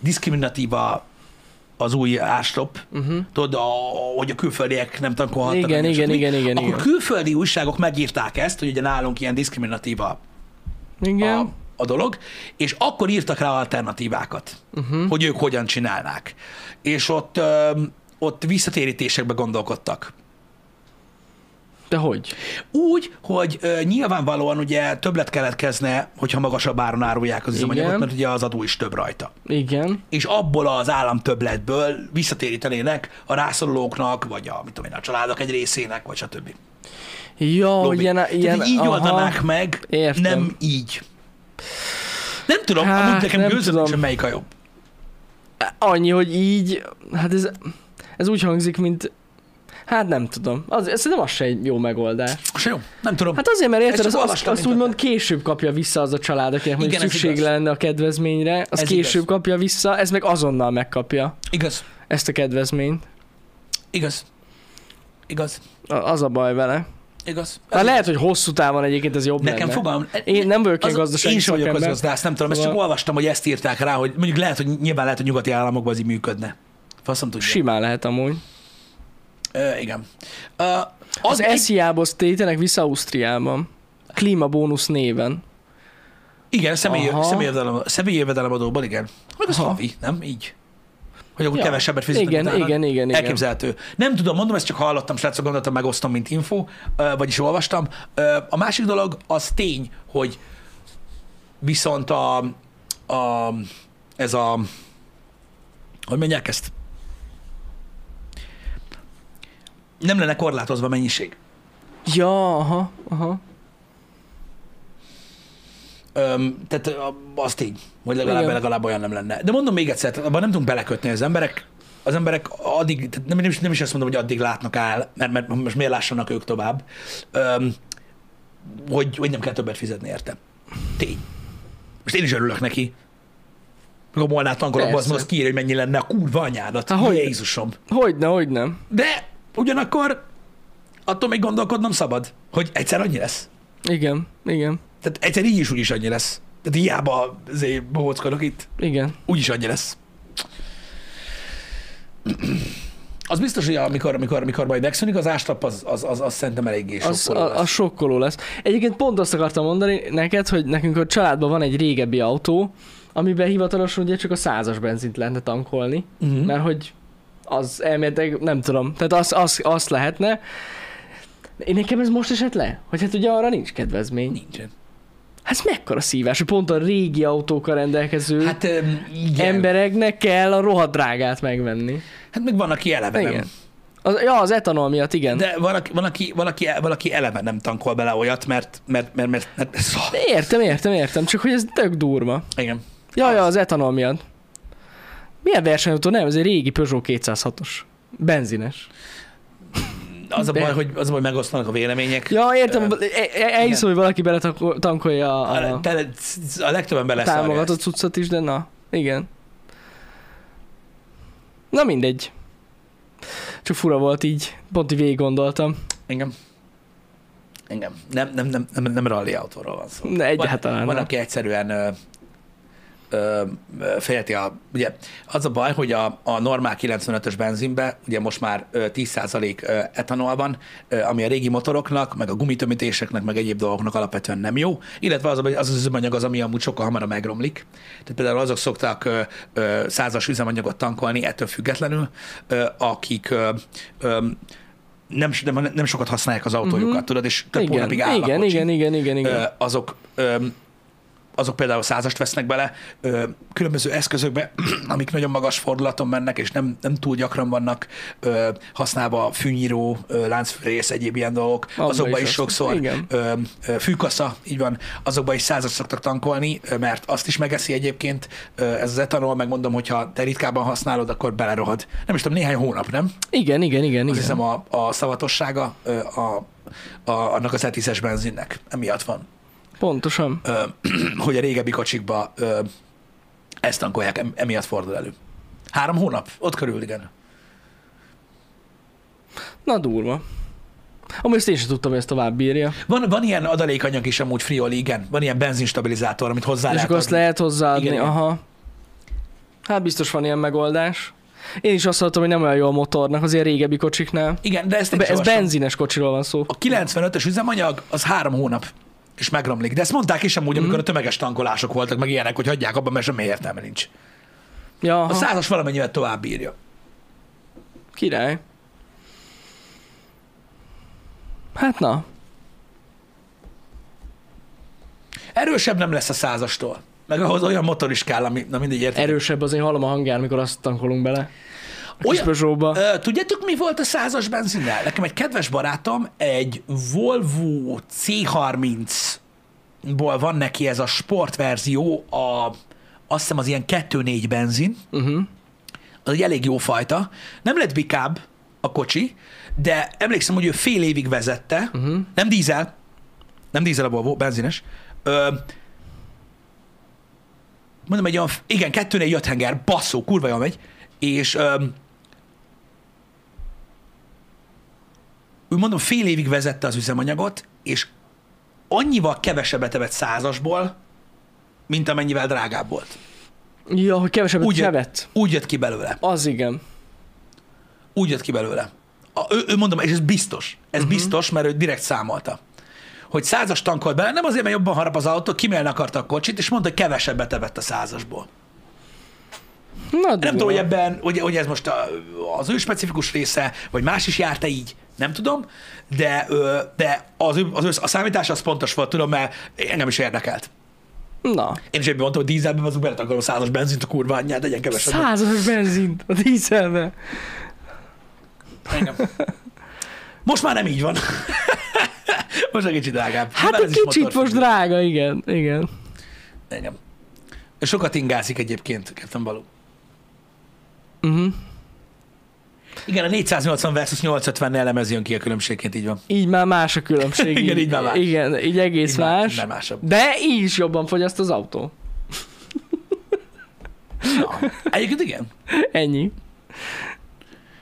diszkriminatív a, az új ástop, uh-huh. tudod, a, hogy a külföldiek nem tankolhatnak.
Mhm. Igen,
nem
igen,
sok mi,
igen, igen,
Akkor
igen.
külföldi újságok megírták ezt, hogy ugye nálunk ilyen diszkriminatív a,
Igen.
a, a dolog, és akkor írtak rá alternatívákat,
Mhm.
uh-huh. hogy ők hogyan csinálnák. És ott, ö, ott visszatérítésekbe gondolkodtak.
De hogy?
Úgy, hogy ö, nyilvánvalóan ugye többlet keletkezne, hogyha magasabb áron árulják az üzemanyagot,
Igen.
mert ugye az adó is több rajta.
Igen.
És abból az állam többletből visszatérítenének a rászorulóknak, vagy a, mit tudom én, a családok egy részének, vagy stb.
Ja, hogy
Lobby.
ilyen,
Tehát
ilyen
így
aha.
oldanák meg,
Értem.
nem így. Nem tudom,
Hát,
hát, amúgy nekem
nem
gőzöm
tudom.
sem melyik a jobb.
Annyi, hogy így, hát ez, ez úgy hangzik, mint Hát nem tudom. Az, szerintem az se egy jó megoldás.
Se jó, nem tudom.
Hát azért, mert
Ezt
érted,
csak
az, azt,
olvastam,
azt
mint
úgymond később kapja vissza az a család, akinek mondjuk
Igen, ez
szükség
igaz.
lenne a kedvezményre, az
Ez
később
igaz.
kapja vissza, ez meg azonnal megkapja
Igaz,
ezt a kedvezményt.
igaz, igaz,
A- Az a baj vele.
igaz.
Már Hát lehet, hogy hosszú távon egyébként ez jobb
Nekem
lenne.
fogalmam.
Én nem vagyok
az-
ilyen gazdasági
Én sem vagyok
szakember.
közgazdász, nem tudom, ezt csak
Szóval-
olvastam, hogy ezt írták rá, hogy mondjuk lehet, hogy nyilván lehet, hogy nyugati államokban az így működne. Faszom tudja.
Simán lehet amúgy.
Ö, igen. Ö, az,
Az
egy-
SZIA-ból tétenek vissza Ausztriában. Klímabónusz néven.
Igen, személy,
Aha.
személyjövedelem, személyjövedelemadóban, igen. Meg az
Aha.
havi, nem? Így. Hogy akkor
Ja.
ja. kevesebbet fizetnek
Igen,
utána.
igen, igen, igen.
Elképzelhető. Nem tudom, mondom, ezt csak hallottam, srácok, gondoltam, megosztom, mint info, ö, vagyis olvastam. Ö, A másik dolog az tény, hogy viszont a, a ez a, hogy mondják ezt? Nem lenne korlátozva a mennyiség.
Ja, aha, aha.
Öm, tehát ö, az tény, hogy legalább,
Igen.
legalább olyan nem lenne. De mondom még egyszer, tehát abban nem tudunk belekötni az emberek. Az emberek addig, tehát nem, nem, is, nem is azt mondom, hogy addig látnak áll, mert, mert most miért lássanak ők tovább, öm, hogy, hogy nem kell többet fizetni érte. Tény. Most én is örülök neki. A Molnár tankolomban
Persze.
azt mondom, azt kiírja, hogy mennyi lenne a kurva anyádat.
Há,
Ha,
hogy-
Jézusom.
Hogyne, hogyne.
De ugyanakkor attól még gondolkodnom szabad, hogy egyszer annyi lesz.
Igen, igen,
Tehát egyszer így is úgy is annyi lesz. Tehát hiába azért bohóckodok itt,
igen.
úgy is annyi lesz. Az biztos, hogy amikor, amikor, amikor majd megszűnik, az ástap az, az, az, az szerintem eléggé sok
Az, a, az sokkoló lesz. Egyébként pont azt akartam mondani neked, hogy nekünk a családban van egy régebbi autó, amiben hivatalosan ugye csak a százas benzint lehetne tankolni,
Mhm.
mert hogy az elméletileg, nem tudom, tehát az, az, az lehetne. Én nekem ez most esett le, hogy hát ugye arra nincs kedvezmény.
Nincsen.
Hát ez mekkora szívás, hogy pont a régi autókkal rendelkező hát,
Hát öm, igen. Ember...
embereknek kell a rohadt drágát megvenni.
Hát meg van, aki eleve nem.
Igen. Az, ja, az etanol miatt, igen.
De van, aki, van, aki, van, aki, van, aki eleve nem tankol bele olyat, mert, mert, mert, mert, mert, mert szóval.
De értem, értem, értem, csak hogy ez tök durva.
Igen.
Ja, ja, az etanol miatt. Milyen versenyautó? Nem, ez egy régi Peugeot 206-os. Benzines.
Az a
De-
baj, hogy, az a baj, megosztanak a vélemények.
Ja, értem,
Ö,
e- e- elhiszem, hogy valaki beletankolja a,
A,
a
tele- a legtöbben beleszarja
támogatott
ezt.
cuccot is, de na, igen. Na mindegy. Csak fura volt így, pont így végig gondoltam.
Engem. Engem. Nem, nem, nem, nem, nem rally autóról van szó.
Ne, egyáltalán
Van, van
nem.
aki egyszerűen ö, ö, ö, félti a... Ugye az a baj, hogy a, a normál 95-ös benzinbe ugye most már ö, 10% ö, etanol van, ö, ami a régi motoroknak, meg a gumitömítéseknek, meg egyéb dolgoknak alapvetően nem jó, illetve az a baj, az, az üzemanyag az, ami amúgy sokkal hamarabb megromlik. Tehát például azok szoktak ö, ö, százas üzemanyagot tankolni ettől függetlenül, ö, akik ö, ö, nem, nem, nem sokat használják az autójukat, mm-hmm. tudod, és több
Mhm. Igen,
hónapig áll a
igen,
kocsi.
igen, igen, igen,
Ö,
igen.
azok, ö, azok például százast vesznek bele ö, különböző eszközökbe, amik nagyon magas fordulaton mennek, és nem, nem túl gyakran vannak ö, használva fűnyíró, ö, láncfűrész, egyéb ilyen dolgok,
Abba
azokban
is
is,
az.
sokszor
Igen.
ö, ö, fűkasza, így van, azokban is százast szoktak tankolni, ö, mert azt is megeszi egyébként ö, ez az etanol, megmondom, hogyha te ritkábban használod, akkor belerohad. Nem is tudom, néhány hónap, nem?
Igen, igen, igen,
Azt
igen.
hiszem a, a szavatossága ö, a, a, annak az etiszes benzinnek emiatt van,
Pontosan.
ö, hogy a régebbi kocsikba ö, ezt tankolják, em- emiatt fordul elő. Három hónap, ott körül, igen.
Na durva. Amúgy ezt én sem tudtam, hogy ezt tovább bírja.
Van, van ilyen adalékanyag is amúgy frioli, igen. Van ilyen benzinstabilizátor, amit hozzá
és
lehet
akkor azt
adni.
lehet hozzáadni,
hát Igen,
igen,
igen.
aha. Hát biztos van ilyen megoldás. Én is azt hallottam, hogy nem olyan jó a motornak az ilyen régebbi kocsiknál.
Igen, de ezt én
Be,
is
ez
olvastam.
benzines kocsiról van szó.
A 95-ös üzemanyag az három hónap és megromlik. De ezt mondták is amúgy,
Mhm.
amikor a tömeges tankolások voltak, meg ilyenek, hogy hagyják abban, mert semmi értelme nincs.
Ja,
A
aha,
százas valamennyivel tovább bírja.
király. Hát na,
Erősebb nem lesz a százastól. Meg ahhoz olyan motor is kell, ami, na mindegy érted.
erősebb az én hallom a hangján, mikor azt tankolunk bele. A kis
Olyan-
Peugeotba.
Ö, tudjátok, mi volt a százas benzinnel? Nekem egy kedves barátom egy Volvo C30 ból van neki ez a sportverzió, a, azt hiszem az ilyen 2-4 benzin,
Uh-huh.
az egy elég jó fajta. Nem lett bikább a kocsi, de emlékszem, hogy ő fél évig vezette, uh-huh. nem dízel, nem dízel a Volvo, benzines, ö, mondom, egy olyan, igen, kettőnél jött henger, basszó, kurva jól megy, és ö, ő mondom, fél évig vezette az üzemanyagot, és annyival kevesebbet evett százasból, mint amennyivel drágább volt.
Ja, hogy kevesebbet
Úgy,
sebett.
úgy jött ki belőle.
Az igen.
úgy jött ki belőle. A, ő, ő mondom, és ez biztos, ez uh-huh. biztos, mert ő direkt számolta. Hogy százas tankolt bele, nem azért, mert jobban harap az autó, kimélni akarta a kocsit, és mondta, hogy kevesebbet evett a százasból.
Na,
Nem
durva.
tudom, hogy ebben, hogy, hogy ez most a, az ő specifikus része, vagy más is járta így, nem tudom, de ö, de az, ő- az, ő- a számítás az pontos volt, tudom, mert engem is érdekelt.
Na,
Én is egyben mondtam, hogy dízelben azok beletakolom százas benzint a kurva anyját, legyen kevesebbet.
százas benzint a dízelbe.
Engem. Most már nem így van. most egy kicsit drágább.
Hát
Bár ez
egy
is
kicsit
motorfüggő.
most drága, igen, igen.
Engem. Sokat ingázik egyébként, Captain Balú.
Uh-huh.
Igen, a 480 versus 850-nél elemez jön ki a különbségként, így van.
Így már más a különbség.
Igen, így már más.
Igen, így egész
Így
így
már-
más.
így már másabb.
De így is jobban fogyaszt az autó.
Na. Egyébként igen.
Ennyi.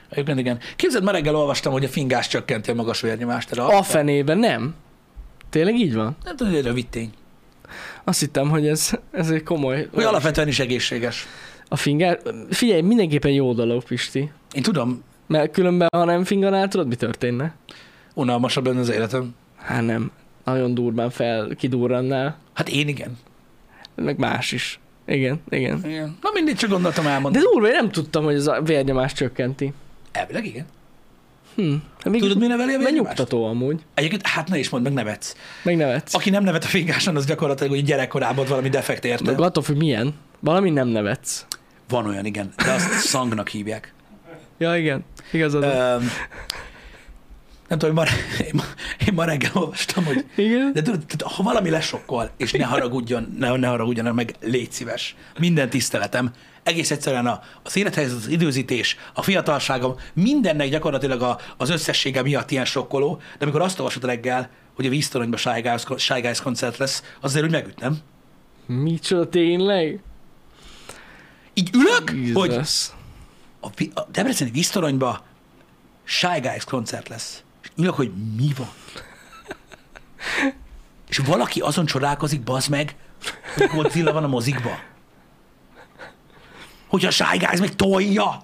Egyébként igen. Képzeld, ma reggel olvastam, hogy a fingás csökkenti a magas vérnyomást. Erre
A fenében nem. Tényleg így van?
Nem tudom, hogy egy rövid tény.
Azt hittem, hogy ez, ez egy komoly...
Hogy alapvetően is egészséges.
A finger... Figyelj, mindenképpen jó dolog, Pisti.
Én tudom,
Mert különben, ha nem finganál, tudod, mi történne?
unalmasabb lenne az életem.
Hát nem. Nagyon durván fel, kidurrannál.
Hát én igen.
Meg más is. Igen, igen.
igen. Na mindig csak gondoltam
De
elmondani.
durva, én nem tudtam, hogy ez a vérnyomás csökkenti.
De... Elvileg igen.
Hm. Hát még
Tudod, mi neveli a
Mert
vérnyomást?
nyugtató amúgy.
Egyébként, hát ne is mondd, meg nevetsz.
Meg nevetsz.
Aki nem nevet a fingáson, az gyakorlatilag hogy gyerekkorában valami defekt érte.
Meg attól függ, milyen. Valami nem nevetsz.
Van olyan, igen, de azt szangnak hívják.
Ja, igen. Igazad. van.
Öm, nem tudom, hogy ma, én, ma, én ma reggel olvastam, hogy
igen?
de tudod, tehát ha valami lesokkol, és ne haragudjon, ne, ne haragudjanak meg, légy szíves. Minden tiszteletem. Egész egyszerűen a, az élethelyzet, az időzítés, a fiatalságom, mindennek gyakorlatilag a, az összessége miatt ilyen sokkoló, de amikor azt olvasod reggel, hogy a víztoronyban Shy Guys, Shy Guys koncert lesz, azért úgy megüt, nem?
Micsoda tényleg?
Így ülök, hogy
Jesus.
a, vi- a Debreceni víztoronyba Shy Guys koncert lesz. És ülök, hogy mi van. És valaki azon csodálkozik, bazd meg, hogy Godzilla van a mozikba. Hogy a Shy Guys még tolja.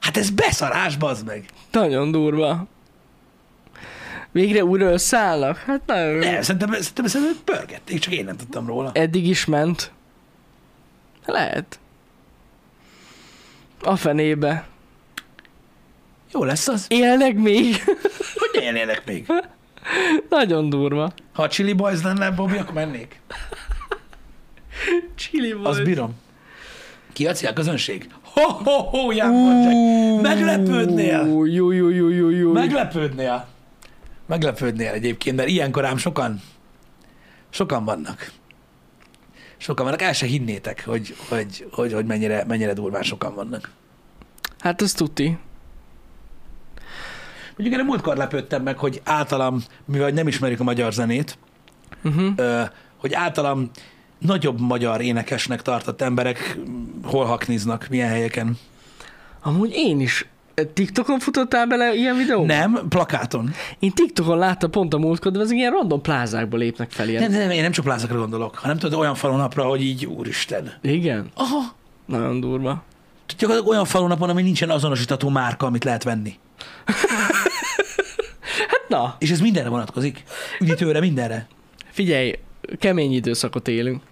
Hát ez beszarás, bazd meg.
Nagyon durva. Végre újra összeállnak? Hát nagyon jó.
Ne, szerintem, szerintem, szerintem pörgették, csak én nem tudtam róla.
Eddig is ment. Lehet. A fenébe.
Jó lesz az.
Élnek még?
Hogy ne élnének még?
Nagyon durva.
Ha a Chili Boys lenne, Bobby, akkor mennék.
Chili
Az
volt.
bírom. Ki a cél közönség? Ho, ho, ho, Jan Bondzsek. Meglepődnél.
Jó, jó, jó, jó, jó.
Meglepődnél. Meglepődnél egyébként, mert ilyenkor ám sokan, sokan vannak. Sokan vannak, el se hinnétek, hogy, hogy, hogy, hogy mennyire, mennyire durván sokan vannak.
Hát ez tuti.
Mondjuk én a múltkor lepődtem meg, hogy általam, mivel nem ismerik a magyar zenét,
Uh-huh.
ö, hogy általam nagyobb magyar énekesnek tartott emberek mm, hol hakniznak, milyen helyeken.
Amúgy én is TikTokon futottál bele ilyen videó?
Nem, plakáton.
Én TikTokon láttam pont a múltkor, de ezek ilyen random plázákba lépnek fel ilyen.
Nem, nem, én nem csak plázákra gondolok, hanem tudod, olyan falunapra, hogy így, úristen.
Igen?
Aha.
Nagyon durva.
Tehát Gyakorlatilag olyan falunapon, ami nincsen azonosítható márka, amit lehet venni.
Hát na,
És ez mindenre vonatkozik. Üdítőre, mindenre.
figyelj, kemény időszakot élünk.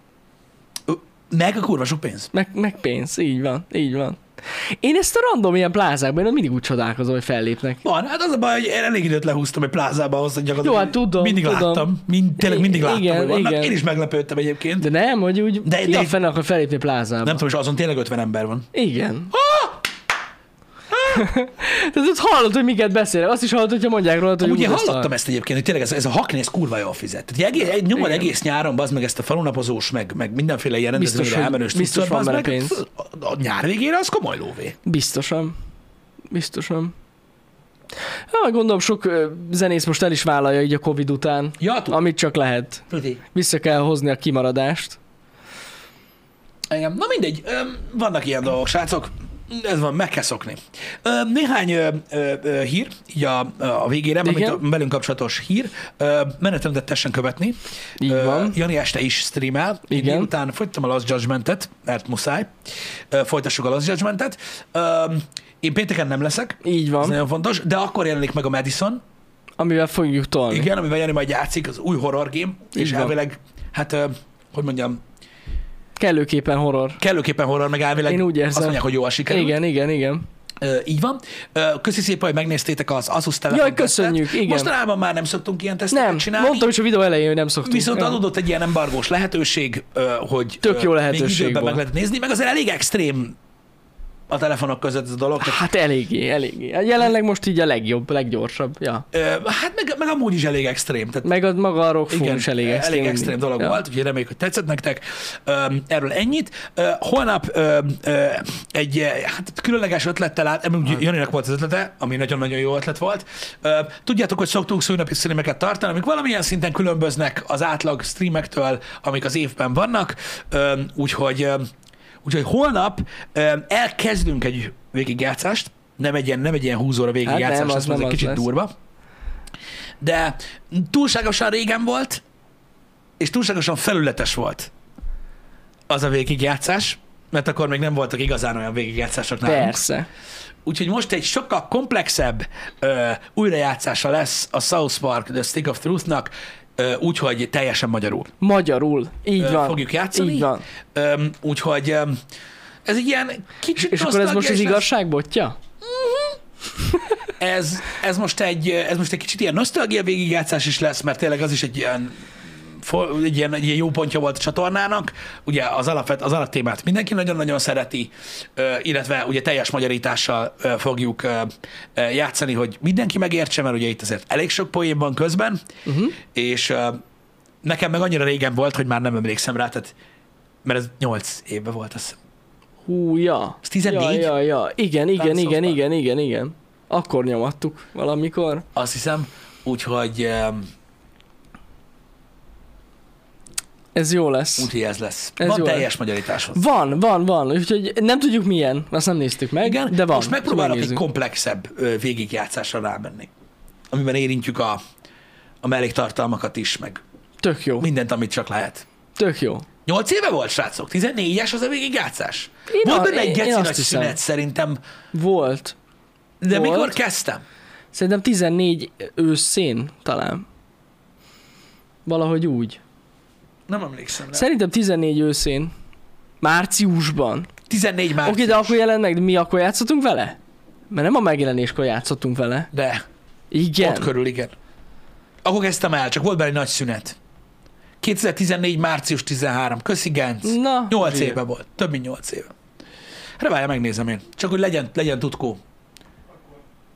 Ö, Meg a kurva sok pénz.
Meg, meg pénz, így van, így van. Én ezt a random ilyen plázákban, én mindig úgy csodálkozom, hogy fellépnek.
Van, hát az a baj, hogy én elég időt lehúztam egy plázába ahhoz, hogy gyakorlatilag
Jó, hát tudom,
mindig
tudom.
láttam. Mind, tényleg mindig
I-
láttam,
igen,
hogy vannak.
igen.
Én is meglepődtem egyébként.
De nem, hogy úgy
De-
de,
de-
de, fenn akar fellépni plázába.
nem
Nem.
tudom, és azon tényleg 50 ember van.
Igen. Tehát ott hallod, hogy miket beszélek. Azt is hallod, hogyha mondják róla, hogy
Amúgy én
ú, ezt a-
hallottam ezt egyébként, hogy tényleg ez, ez a haknéz kurva jól fizet. Tehát egy, egy, nyomod
Igen.
egész nyáron, bazd meg ezt a falunapozós, meg, meg mindenféle ilyen
Biztos,
rendezvényre
hogy-
elmenős
biztos
cuccot,
van
bazd
benne
meg,
pénz.
A, a nyár végére az komoly lóvé.
Biztosan. Biztosan. Ja, gondolom sok ö, zenész most el is vállalja így a Covid után,
Ja, tudom.
amit csak lehet. Vissza kell hozni a kimaradást.
Engem. Na mindegy, öm, vannak ilyen dolgok, srácok. Ez van, meg kell szokni. Öm, Néhány ö, ö, ö, hír, így a, a végére, amit
Igen.
a velünk kapcsolatos hír, Ö, menetemet tessen követni.
Így
Ö,
van.
Jani este is streamel.
Igen.
Utána folytatom a Last Judgmentet, mert muszáj. Ö, Folytassuk a Last Judgmentet. Öm, Én pénteken nem leszek,
Így
ez
van,
nagyon fontos, de akkor jelenik meg a Madison,
amivel fogjuk tolni.
igen, amivel Jani majd játszik, az új horror game, és
van.
elvileg, hát, ö, hogy mondjam,
Kellőképpen horror.
kellőképpen horror, meg elvileg
Én úgy érzem.
azt mondják, hogy jól sikerült.
Igen, igen, igen.
Ö, így van. Ö, Köszi szépen, hogy megnéztétek az Asus telefon
Jaj, köszönjük, igen.
Mostanában már nem szoktunk ilyen teszteket
Nem,
csinálni.
mondtam is a videó elején, hogy nem szoktunk.
Viszont
Ja.
adódott egy ilyen embargós lehetőség, ö, hogy
Tök
ö,
jó lehetőség
még időben
volt.
meg lehet nézni, meg azért elég extrém a telefonok között ez a dolog. Tehát,
Hát eléggé, eléggé. Jelenleg most így a legjobb, leggyorsabb. Ja.
ö, hát meg, meg amúgy is elég extrém. Tehát
Meg a maga a rockfón
igen,
is elég extrém.
elég extrém dolog
ja.
volt, úgyhogy reméljük, hogy tetszett nektek. Öm, Erről ennyit. Ö, Holnap öm, ö, egy ö, hát, különleges ötlettel állt, emlünk Janinak volt az ötlete, ami nagyon-nagyon jó ötlet volt. Ö, Tudjátok, hogy szoktunk szülnapi streameket tartani, amik valamilyen szinten különböznek az átlag streamektől, amik az évben vannak, Öm, úgyhogy öm, Úgyhogy holnap öm, elkezdünk egy végigjátszást, nem egy ilyen, nem egy ilyen 20 óra végigjátszás,
Hát
hát
nem, az
nem, ez
nem
egy
az
kicsit
lesz.
durva. De túlságosan régen volt, és túlságosan felületes volt az a végigjátszás, mert akkor még nem voltak igazán olyan végigjátszások nálunk.
Persze.
Úgyhogy most egy sokkal komplexebb ö, újrajátszása lesz a South Park The Stick of Truth-nak, ö, úgyhogy teljesen magyarul
Magyarul. Így
ö,
van.
fogjuk játszani.
Így van.
Ö, úgyhogy ö, ez egy ilyen kicsit
És akkor ez most az
nosztalgiás lesz.
igazságbotja?
ez, ez, most egy, ez most egy kicsit ilyen nosztalgia végigjátszás is lesz, mert tényleg az is egy ilyen fo- egy ilyen, egy ilyen jó pontja volt a csatornának. Ugye az, alapvet, az alaptémát mindenki nagyon-nagyon szereti, ö, illetve ugye teljes magyarítással ö, fogjuk ö, ö, játszani, hogy mindenki megértse, mert ugye itt azért elég sok poén van közben, uh-huh. és ö, nekem meg annyira régen volt, hogy már nem emlékszem rá, tehát, mert ez 8 évbe volt, az
Hú, ja.
Ez 14?
Ja, ja, ja. Igen, igen,
Talán
igen,
szóval.
igen, igen, igen. Akkor nyomattuk valamikor.
azt hiszem, úgyhogy, ö,
Ez jó lesz.
úgyhogy ez lesz.
Ez
Ez van
jó.
teljes magyarítás hozzá.
Van, van, van. Úgyhogy nem tudjuk milyen, azt nem néztük meg,
Igen,
de van.
Most megpróbálok egy
Megnézzük.
komplexebb ö, végigjátszásra rámenni, amiben érintjük a, a melléktartalmakat is, meg
Tök jó,
mindent, amit csak lehet.
tök jó.
Nyolc éve volt, srácok? 14-es az a végigjátszás?
Én
volt
a-
benne egy
én-
geci
én azt
nagy
hiszem.
szünet szerintem,
Volt.
de
Volt.
mikor kezdtem?
Szerintem 14 őszén talán. Valahogy úgy.
Nem emlékszem rá.
Szerintem 14 őszén. Márciusban.
14 már.
Oké, de akkor jelent meg, mi akkor játszottunk vele? Mert nem a megjelenéskor játszottunk vele.
De,
Igen.
ott körül, igen. Akkor kezdtem el, csak volt benne egy nagy szünet. 2014. március 13. Köszi, Gánc.
Na.
8
zsír.
éve volt, több mint 8 éve. Hát várjál, megnézem én. Csak hogy legyen, legyen tudkó.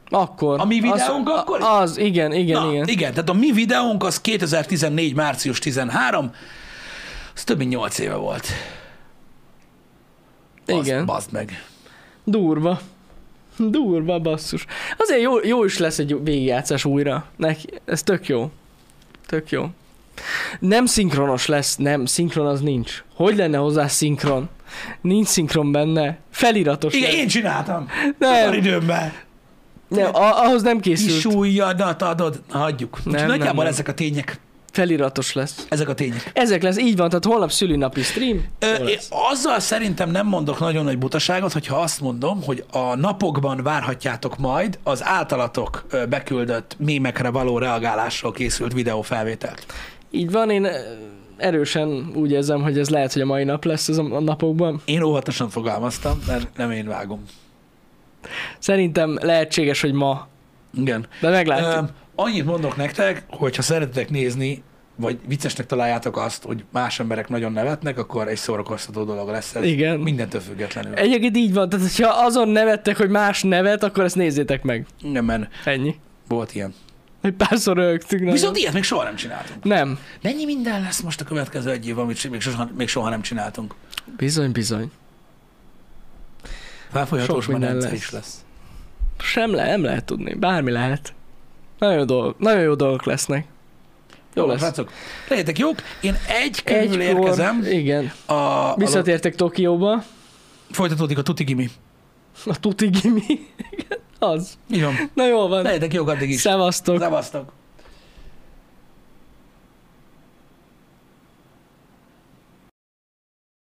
Akkor.
A mi
Az-
videónk akkor?
Az, igen, igen,
Na,
igen.
igen, tehát a mi videónk az 2014. március 13, az több mint 8 éve volt. Bazd,
Igen.
Bazd meg.
Durva. Durva, basszus. Azért jó, jó is lesz egy végigjátszás újra. Neki, ez tök jó. Tök jó. Nem szinkronos lesz, nem, szinkron az nincs. Hogy lenne hozzá szinkron? Nincs szinkron benne. Feliratos.
Igen,
lesz.
én csináltam.
Nem.
Nem. időmben.
Nem, a- ahhoz nem
Kis
készült.
súlyadat adod, hagyjuk. Úgyhogy
nem,
nagyjából
nem.
ezek a tények.
Feliratos lesz.
Ezek a tények.
Ezek lesz, így van, tehát holnap szülinapi stream.
Ö,
Hol
én
lesz?
azzal szerintem nem mondok nagyon nagy butaságot, hogyha azt mondom, hogy a napokban várhatjátok majd az általatok ö, beküldött mémekre való reagálásról készült videófelvételt.
Így van, én ö, erősen úgy érzem, hogy ez lehet, hogy a mai nap lesz ez a a napokban.
Én óvatosan fogalmaztam, mert nem én vágom.
Szerintem lehetséges, hogy ma,
Igen.
de meglátjuk.
Ö, annyit mondok nektek, hogy ha szeretitek nézni, vagy viccesnek találjátok azt, hogy más emberek nagyon nevetnek, akkor egy szórakoztató dolog lesz ez.
Igen.
Mindentől függetlenül.
Egyébként így van, tehát ha azon nevettek, hogy más nevet, akkor ezt nézzétek meg.
Igen, mert
Ennyi.
volt ilyen.
Egy párszor rögtünk. nagyon.
Viszont ilyet még soha nem csináltunk.
Nem.
Mennyi minden lesz most a következő egy év, amit még soha, még soha nem csináltunk?
Bizony, bizony.
Felfolyhatós
Sok minden
menetce
lesz.
is lesz.
Sem le, nem lehet tudni. Bármi lehet. Nagyon jó, dolg, nagyon jó dolgok lesznek.
Jó
Jó
lesz.
lesz.
Rácok. Legyetek jók, én egy körül érkezem.
Igen.
A, a,
Visszatértek Tokióba.
folytatódik a tutigimi.
A tuti gimi. Igen, az.
Így van.
Na jól van.
Legyetek jók addig is.
Szevasztok.
Szevasztok.